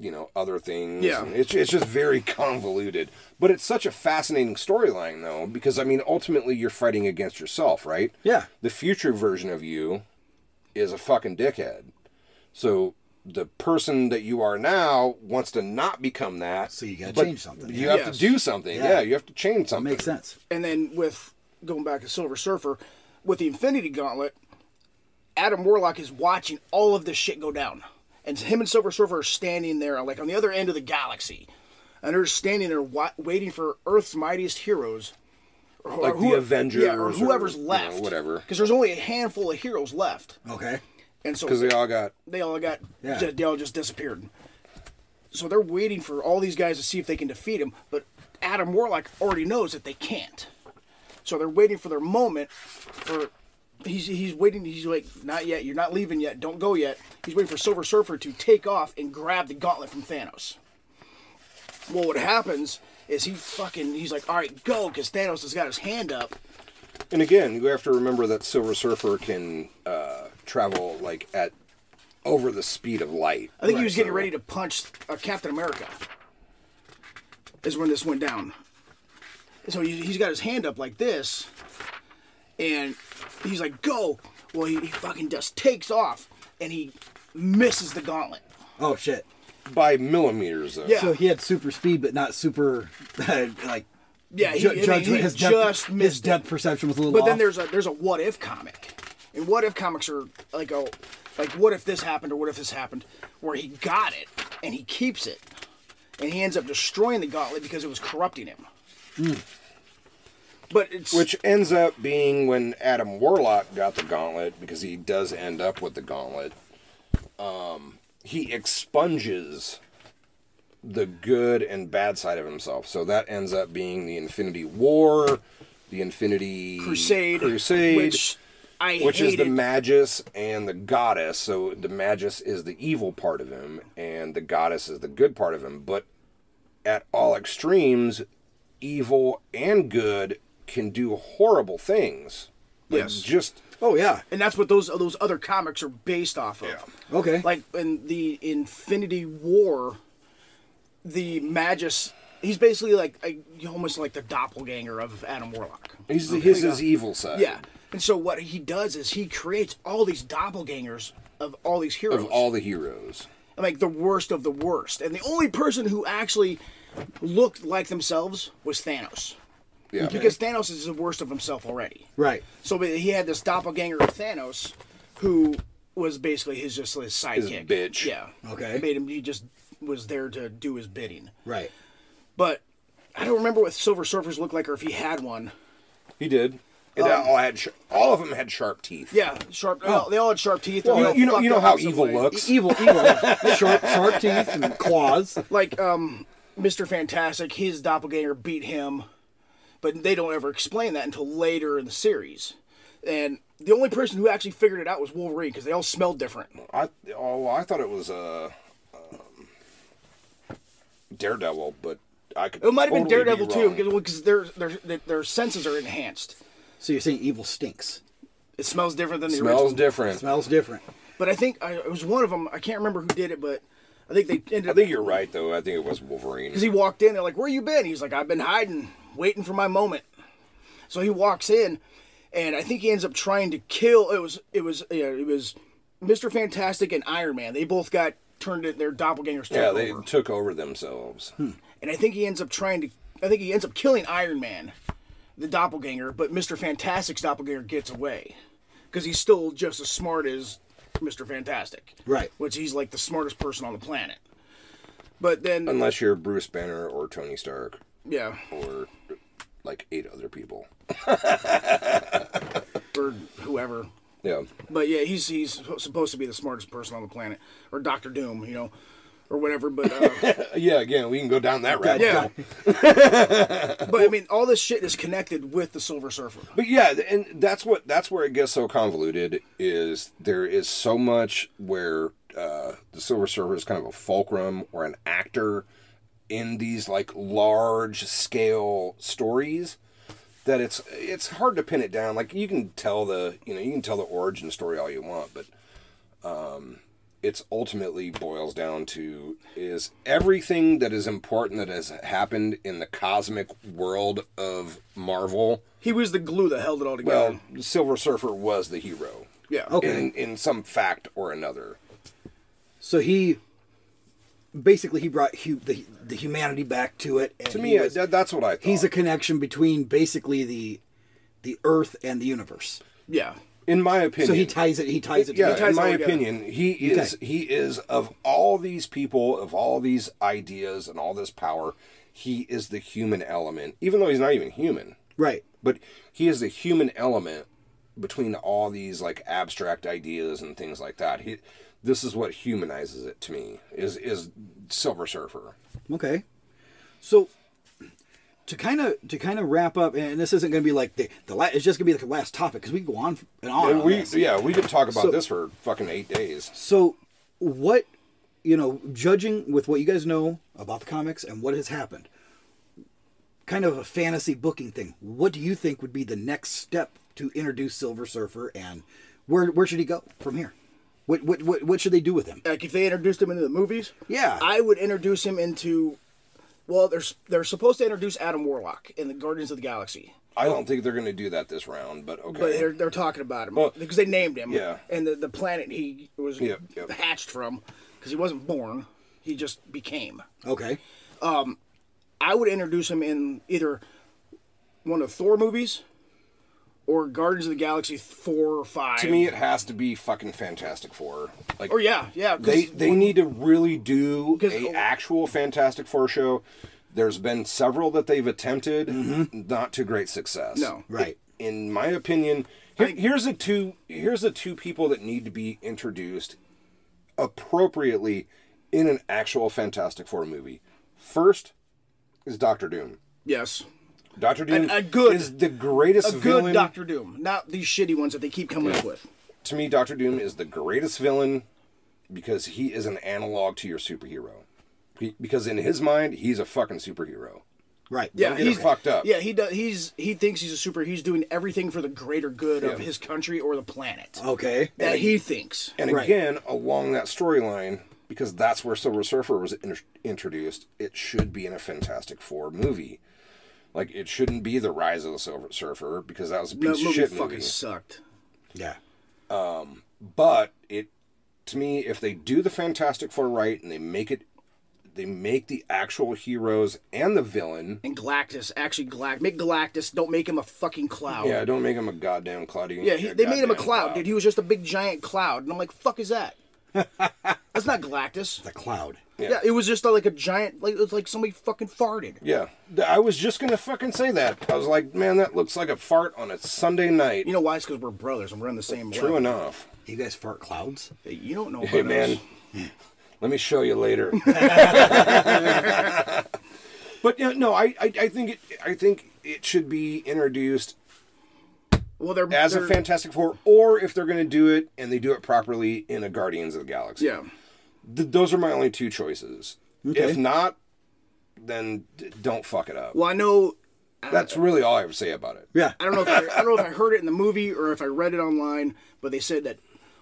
D: you know other things.
C: Yeah.
D: And it's it's just very convoluted. But it's such a fascinating storyline though, because I mean ultimately you're fighting against yourself, right?
B: Yeah.
D: The future version of you is a fucking dickhead. So the person that you are now wants to not become that.
B: So you gotta
D: but
B: change something.
D: You
B: Yeah.
D: have to do something. Yeah. you have to change something.
B: makes sense.
C: And then with going back to Silver Surfer, with the Infinity Gauntlet, Adam Warlock is watching all of this shit go down. And him and Silver Surfer are standing there, like on the other end of the galaxy. And they're standing there wa- waiting for Earth's mightiest heroes. Or,
D: Like the Avengers
C: Yeah, or
D: or,
C: whoever's
D: you know,
C: left.
D: whatever.
C: Because there's only a handful of heroes left.
B: Okay,
C: And so
D: Because they all got
C: they all got
B: Yeah.
C: ju- they all just disappeared. So they're waiting for all these guys to see if they can defeat him, but Adam Warlock already knows that they can't. So they're waiting for their moment for he's he's waiting he's like not yet, you're not leaving yet, don't go yet. He's waiting for Silver Surfer to take off and grab the gauntlet from Thanos. Well, what happens is he fucking he's like, "All right, go," cuz Thanos has got his hand up.
D: And again, you have to remember that Silver Surfer can uh, travel like at over the speed of light.
C: I think he was getting ready to punch uh, Captain America. Is when this went down. So he, he's got his hand up like this, and he's like, "Go!" Well, he, he fucking just takes off, and he misses the gauntlet.
B: oh shit.
D: by millimeters. Though.
C: Yeah.
B: So he had super speed, but not super [laughs] like.
C: Yeah, he,
B: ju-
C: I mean,
B: judgment-
C: he
B: his depth,
C: just missed
B: his
C: it.
B: depth perception was a little.
C: But then
B: off.
C: there's a there's a what if comic, and what if comics are like oh, like what if this happened or what if this happened, where he got it and he keeps it, and he ends up destroying the gauntlet because it was corrupting him.
B: Hmm.
C: But it's
D: Which ends up being when Adam Warlock got the gauntlet, because he does end up with the gauntlet. Um, he expunges the good and bad side of himself. So that ends up being the Infinity War, the Infinity
C: crusade,
D: Crusade,
C: which I
D: which is the
C: hated.
D: Magus and the Goddess. So the Magus is the evil part of him, and the Goddess is the good part of him. But at all extremes, evil and good can do horrible things. Like,
C: Yes.
D: Just
B: oh yeah.
C: and that's what those those other comics are based off of.
B: Okay.
C: Like in the Infinity War, the Magus, he's basically like a, almost like the doppelganger of Adam Warlock.
D: he's his, his evil side.
C: Yeah, And so what he does is he creates all these doppelgangers of all these heroes.
D: of all the heroes.
C: And, like the worst of the worst. And the only person who actually looked like themselves was Thanos.
D: Yeah.
C: Because Thanos is the worst of himself already.
B: Right.
C: So but he had this doppelganger of Thanos, who was basically his just his sidekick.
D: bitch.
C: Yeah.
B: Okay.
C: Made him. He just was there to do his bidding.
B: Right.
C: But I don't remember what Silver Surfers looked like, or if he had one.
D: He did. Um, And they all had sh- all of them had sharp teeth.
C: Yeah, sharp. They all had sharp teeth.
D: Oh. You, you know, you know how evil
C: look.
D: looks.
B: Evil,
C: [laughs]
B: evil. sharp, sharp teeth and claws.
C: Like um, Mister Fantastic, his doppelganger beat him, but they don't ever explain that until later in the series. And the only person who actually figured it out was Wolverine because they all smelled different.
D: I oh, I thought it was uh, um, Daredevil, but I could.
C: It might have been
D: totally
C: Daredevil
D: be
C: too,
D: wrong.
C: because their their their senses are enhanced.
B: So you're saying evil stinks?
C: It smells different than the
D: Smells
C: original.
D: different.
B: Smells different.
C: But I think I, it was one of them. I can't remember who did it, but I think they ended.
D: I think you're right though. I think it was Wolverine.
C: because he walked in. They're like, "Where you been?" He's like, "I've been hiding, waiting for my moment." So he walks in, and I think he ends up trying to kill. It was it was yeah, it was Mister Fantastic and Iron Man. They both got turned in their doppelgangers.
D: yeah,
C: took
D: they
C: over. Hmm.
D: took over themselves.
C: and I think he ends up trying to. I think he ends up killing Iron Man, the doppelganger, but Mister Fantastic's doppelganger gets away because he's still just as smart as Mister Fantastic,
B: Right.
C: Which he's like the smartest person on the planet. But then,
D: Unless you're Bruce Banner or Tony Stark
C: yeah,
D: or like eight other people.
C: or whoever.
D: Yeah.
C: But yeah, he's he's supposed to be the smartest person on the planet, or Doctor Doom, you know, or whatever. But
B: [laughs]
C: uh,
D: Yeah. Again, we can go down that rabbit
C: yeah,
D: hole.
C: [laughs] but I mean, all this shit is connected with the Silver Surfer.
D: But yeah, th- and that's what that's where it gets so convoluted is there is so much where uh, the Silver Surfer is kind of a fulcrum or an actor in these like large scale stories that it's it's hard to pin it down. Like you can tell the you know you can tell the origin story all you want, but um, it's ultimately boils down to is everything that is important that has happened in the cosmic world of Marvel.
C: He was the glue that held it all together.
D: Well, the Silver Surfer was the hero
C: yeah.
B: Okay.
D: in, in some fact or another.
B: So he basically he brought hu- the the humanity back to it. And
D: To
B: he
D: me,
B: was-
D: that, that's what I thought.
B: he's a connection between basically the the Earth and the universe.
C: Yeah.
D: in my opinion.
B: So he ties it. He ties it.
D: yeah,
B: together.
D: in
C: ties it
D: my
C: all together.
D: opinion, he is he is of all these people, of all these ideas and all this power, he is the human element. Even though he's not even human,
B: Right.
D: but he is the human element between all these like abstract ideas and things like that. He, this is what humanizes it to me. Is is Silver Surfer?
B: Okay. So to kind of to kind of wrap up, and this isn't going to be like the the la- it's just going to be like the last topic because we can go on and on.
D: And
B: on
D: we
B: this.
D: yeah, we could talk about
B: So-
D: this for fucking eight days.
B: So what you know, judging with what you guys know about the comics and what has happened, kind of a fantasy booking thing. What do you think would be the next step to introduce Silver Surfer, and where where should he go from here? What what what, what should they do with him?
C: Like if they introduced him into the movies,
B: Yeah.
C: I would introduce him into. Well, they're s- they're supposed to introduce Adam Warlock in the Guardians of the Galaxy,
D: I don't think they're going to do that this round, but okay.
C: but they're they're talking about him
D: Well,
C: because they named him.
D: yeah.
C: And the, the planet he was
D: Yep, yep.
C: hatched from, because he wasn't born, he just became.
B: Okay,
C: I would introduce him in either one of the Thor movies or Guardians of the Galaxy four or five.
D: to me, it has to be fucking Fantastic Four. Like,
C: or Oh, yeah, yeah, 'cause
D: they they need to really do
C: 'Cause-
D: a actual Fantastic Four show. There's been several that they've attempted, not to great success.
C: Mm-hmm. No.
B: right.
D: in my opinion, here, here's the two here's the two people that need to be introduced appropriately in an actual Fantastic Four movie. First is Doctor Doom.
C: yes,
D: Doctor Doom
C: a good-
D: is the greatest
C: a
D: villain.
C: good Doctor Doom, not these shitty ones that they keep coming up with.
D: to me, Doctor Doom is the greatest villain because he is an analog to your superhero. He- because in his mind, he's a fucking superhero.
B: Right.
C: Yeah,
D: get it fucked up.
C: Yeah, he does. He's he thinks he's a super. He's doing everything for the greater good of his country or the planet
B: Okay.
C: that he thinks.
D: Uh, And
B: Right.
D: again, along that storyline, because that's where Silver Surfer was in- introduced, it should be in a Fantastic Four movie. Like it shouldn't be the Rise of the Silver Surfer because that was a
C: That
D: piece
C: movie
D: of shit
C: fucking
D: movie.
C: sucked.
B: Yeah.
D: But it to me, if they do the Fantastic Four right and they make it, they make the actual heroes and the villain.
C: And Galactus, actually Galactus, make Galactus. Don't make him a fucking cloud.
D: Yeah, don't make him a goddamn cloudy.
C: Yeah, he, they made him a
D: goddamn
C: cloud, dude. He was just a big giant cloud, and I'm like, fuck is
D: [laughs]
C: that? That's not Galactus.
B: The cloud.
C: Yeah. it was just like a giant, like it was like somebody fucking farted.
D: Yeah, Th- I was just gonna fucking say that. I was like, man, that looks like a fart on a Sunday night.
C: You know why? It's because we're brothers and we're in the same.
D: True
C: level.
D: enough.
B: You guys fart clouds?
C: You don't know.
D: Hey
C: about
D: man,
C: us.
D: [laughs] let me show you later. but yeah, no, I, I, I think it, I think it should be introduced
C: Well, they're
D: as
C: they're,
D: a Fantastic Four, or if they're gonna do it and they do it properly in a Guardians of the Galaxy.
C: Yeah,
D: Th- those are my only two choices.
B: Okay.
D: If not, then d- don't fuck it up.
C: Well, I know.
D: That's really all I have to say about it.
B: Yeah.
C: I don't know. If I, I don't know if I heard it in the movie or if I read it online, but they said that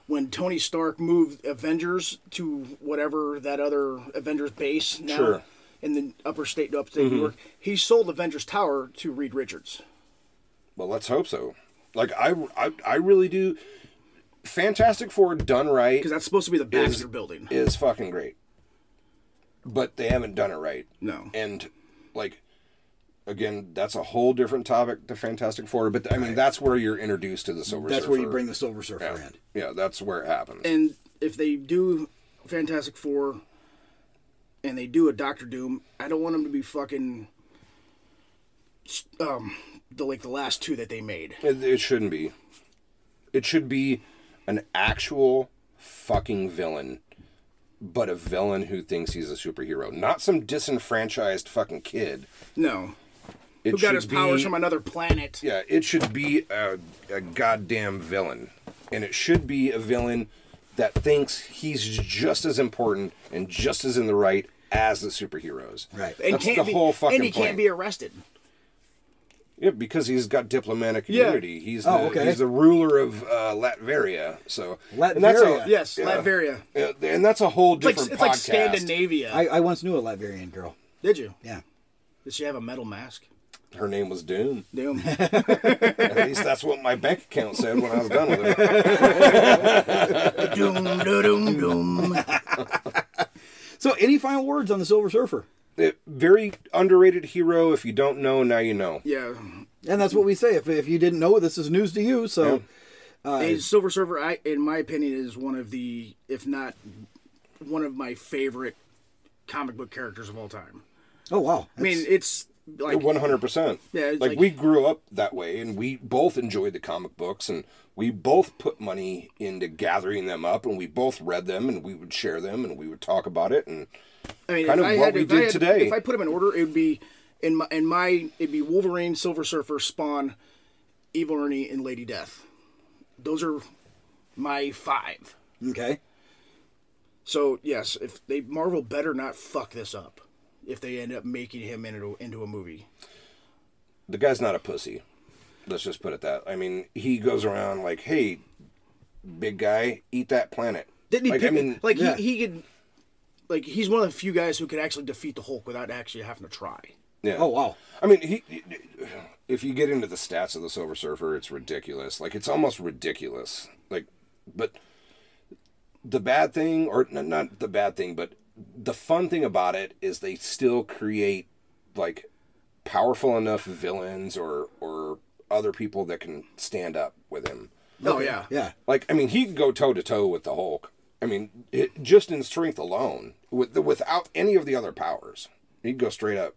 C: when Tony Stark moved Avengers to whatever that other Avengers base now
D: Sure. Mm-hmm.
C: in the upper state to upstate New York, he sold Avengers Tower to Reed Richards.
D: Well, let's hope so. Like I, I, I really do. Fantastic Four done right
C: because that's supposed to be the
D: is,
C: Baxter building.
D: is fucking great, but they haven't done it right.
C: No.
D: and like again, that's a whole different topic to Fantastic Four. But I mean, that's where you're introduced to the Silver
B: That's
D: Surfer.
B: where you bring the Silver Surfer in.
D: Yeah, that's where it happens.
C: and if they do Fantastic Four and they do a Doctor Doom, I don't want them to be fucking um the like the last two that they made.
D: It, it shouldn't be. It should be an actual fucking villain, but a villain who thinks he's a superhero, not some disenfranchised fucking kid.
C: No,
D: It
C: who got
D: should
C: his powers
D: be-
C: from another planet?
D: Yeah, it should be a, a goddamn villain. And it should be a villain that thinks he's just as important and just as in the right as the superheroes.
B: Right.
C: And
D: That's
C: can't
D: the
C: be,
D: whole fucking
C: and he
D: point.
C: can't be arrested.
D: Yeah, because he's got diplomatic
C: Yeah.
D: immunity. He's the,
B: Oh, okay.
D: he's the ruler of uh, Latveria. So and
B: Latveria.
C: Yes, Latveria.
D: Yeah, and that's a whole
C: It's like
D: different
C: it's like
D: podcast.
C: Scandinavia.
B: I, I once knew a Liberian girl.
C: Did you?
B: Yeah.
C: Did she have a metal mask?
D: Her name was Doom.
C: [laughs] Damn.
D: At least that's what my bank account said when I was done with it. [laughs]
C: doom, doom, doom.
B: So, any final words on the Silver Surfer?
D: It- Very underrated hero. If you don't know, now you know.
C: [laughs] Yeah.
B: And that's what we say. If, if you didn't know, this is news to you. So,
C: And Silver Surfer, I, in my opinion, is one of the, if not one of my favorite comic book characters of all time.
B: oh wow.
C: I mean,
B: That's-
C: it's like
D: One hundred percent.
C: Yeah, it's
D: like,
C: like-
D: we grew up that way, and we both enjoyed the comic books, and we both put money into gathering them up, and we both read them, and we would share them, and we would talk about it, and
C: I mean,
D: kind
C: if
D: of
C: I
D: what
C: had,
D: we
C: if
D: did
C: I had,
D: today.
C: If I put them in order, it would be in my in my it'd be Wolverine, Silver Surfer, Spawn, Evil Ernie, and Lady Death. Those are my five.
B: okay.
C: So yes, if they Marvel better not fuck this up, if they end up making him into into a movie.
D: the guy's not a pussy. Let's just put it that. I mean, he goes around like, "Hey, big guy, eat that planet."
C: Didn't he?
D: Like,
C: pick,
D: I mean,
C: like
B: yeah.
C: he, he could, like he's one of the few guys who could actually defeat the Hulk without actually having to try.
D: yeah.
B: Oh wow.
D: I mean, he. If you get into the stats of the Silver Surfer, it's ridiculous. Like it's almost ridiculous. Like, but the bad thing, or n- not the bad thing, but the fun thing about it is they still create like powerful enough villains or or other people that can stand up with him.
C: Oh yeah,
B: Yeah.
D: Like, I mean, he could go toe to toe with the Hulk. I mean, it, just in strength alone, with the, without any of the other powers, he'd go straight up,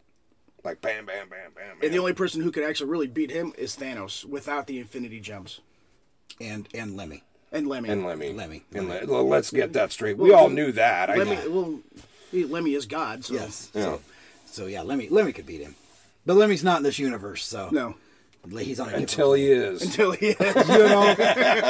D: like bam, bam, bam, bam.
C: And the
D: bam.
C: only person who could actually really beat him is Thanos without the Infinity Gems
B: And and Lemmy.
C: and Lemmy.
D: and Lemmy,
B: Lemmy.
D: and Le- well, let's get that straight. We all knew that. I,
C: Lemmy, well, he- Lemmy is God. So.
B: Yes.
D: Yeah.
B: So, so yeah, Lemmy Lemmy could beat him, but Lemmy's not in this universe. So
C: No.
B: he's on a different
D: until he
C: [laughs]
D: is.
C: Till he [laughs] is.
B: you know,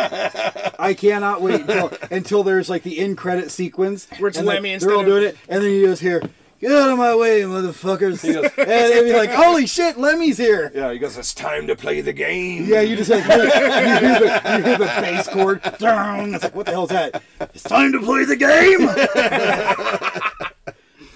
B: I cannot wait
D: [laughs]
B: until, until there's like the end credit sequence
C: Where it's
B: and, like,
C: Lemmy
B: they're all
C: instead of-
B: doing it, and then you just hear, "Get out of my way, motherfuckers!" [laughs] and they'd be like, "Holy shit, Lemmy's here!"
D: Yeah, he goes. It's time to play the game.
B: Yeah, you just like hear, you, hear the, you hear the bass chord. Dong. It's like, what the hell's that? It's time to play the game.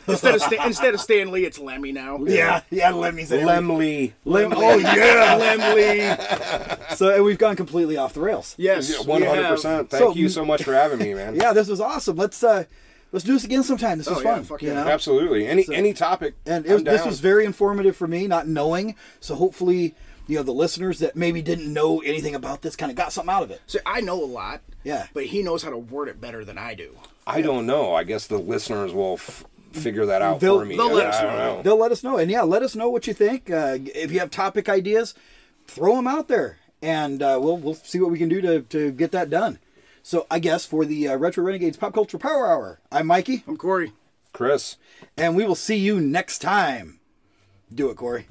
C: Instead of Stan, instead of Stan Lee, it's Lemmy now.
B: [laughs] Yeah, yeah, Lemmy's in every-
D: Lemley.
B: Lem. Oh
C: [laughs]
B: yeah, Lemley. So and we've gone completely off the rails.
C: Yes, we have-
D: One hundred percent. Thank
B: So-
D: you so much for
B: [laughs]
D: having me, man.
B: Yeah, this was awesome. Let's uh, let's do this again sometime. This was
C: Oh, yeah,
B: fun.
C: fuck
B: you
C: yeah.
B: know?
D: Absolutely. Any any topic.
B: And it was,
D: I'm
B: this
D: down.
B: was very informative for me, not knowing. So hopefully, you know, the listeners that maybe didn't know anything about this kind of got something out of it.
C: So I know a lot.
B: Yeah.
C: But he knows how to word it better than I do.
D: I don't know. I guess the listeners will f- figure that out
B: They'll-
D: for me.
C: they'll let us
D: I don't
C: know.
D: know.
B: They'll let us know, and yeah, let us know what you think. Uh, if you have topic ideas, throw them out there, and uh, we'll we'll see what we can do to to get that done. So I guess for the uh, Retro Renegades Pop Culture Power Hour, I'm Mikey,
C: I'm Oh, Corey.
D: Chris.
B: and we will see you next time. Do it, Corey.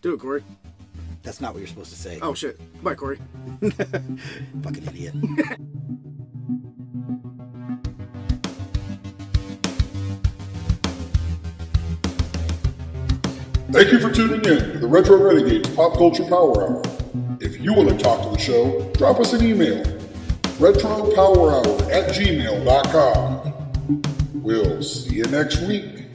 C: Do it, Corey.
B: That's not what you're supposed to say.
C: Oh shit. Bye, Corey. Oh.
B: fucking idiot.
A: Thank you for tuning in to the Retro Renegades Pop Culture Power Hour. If you want to talk to the show, drop us an email. RetroPowerHour at gmail.com. We'll see you next week.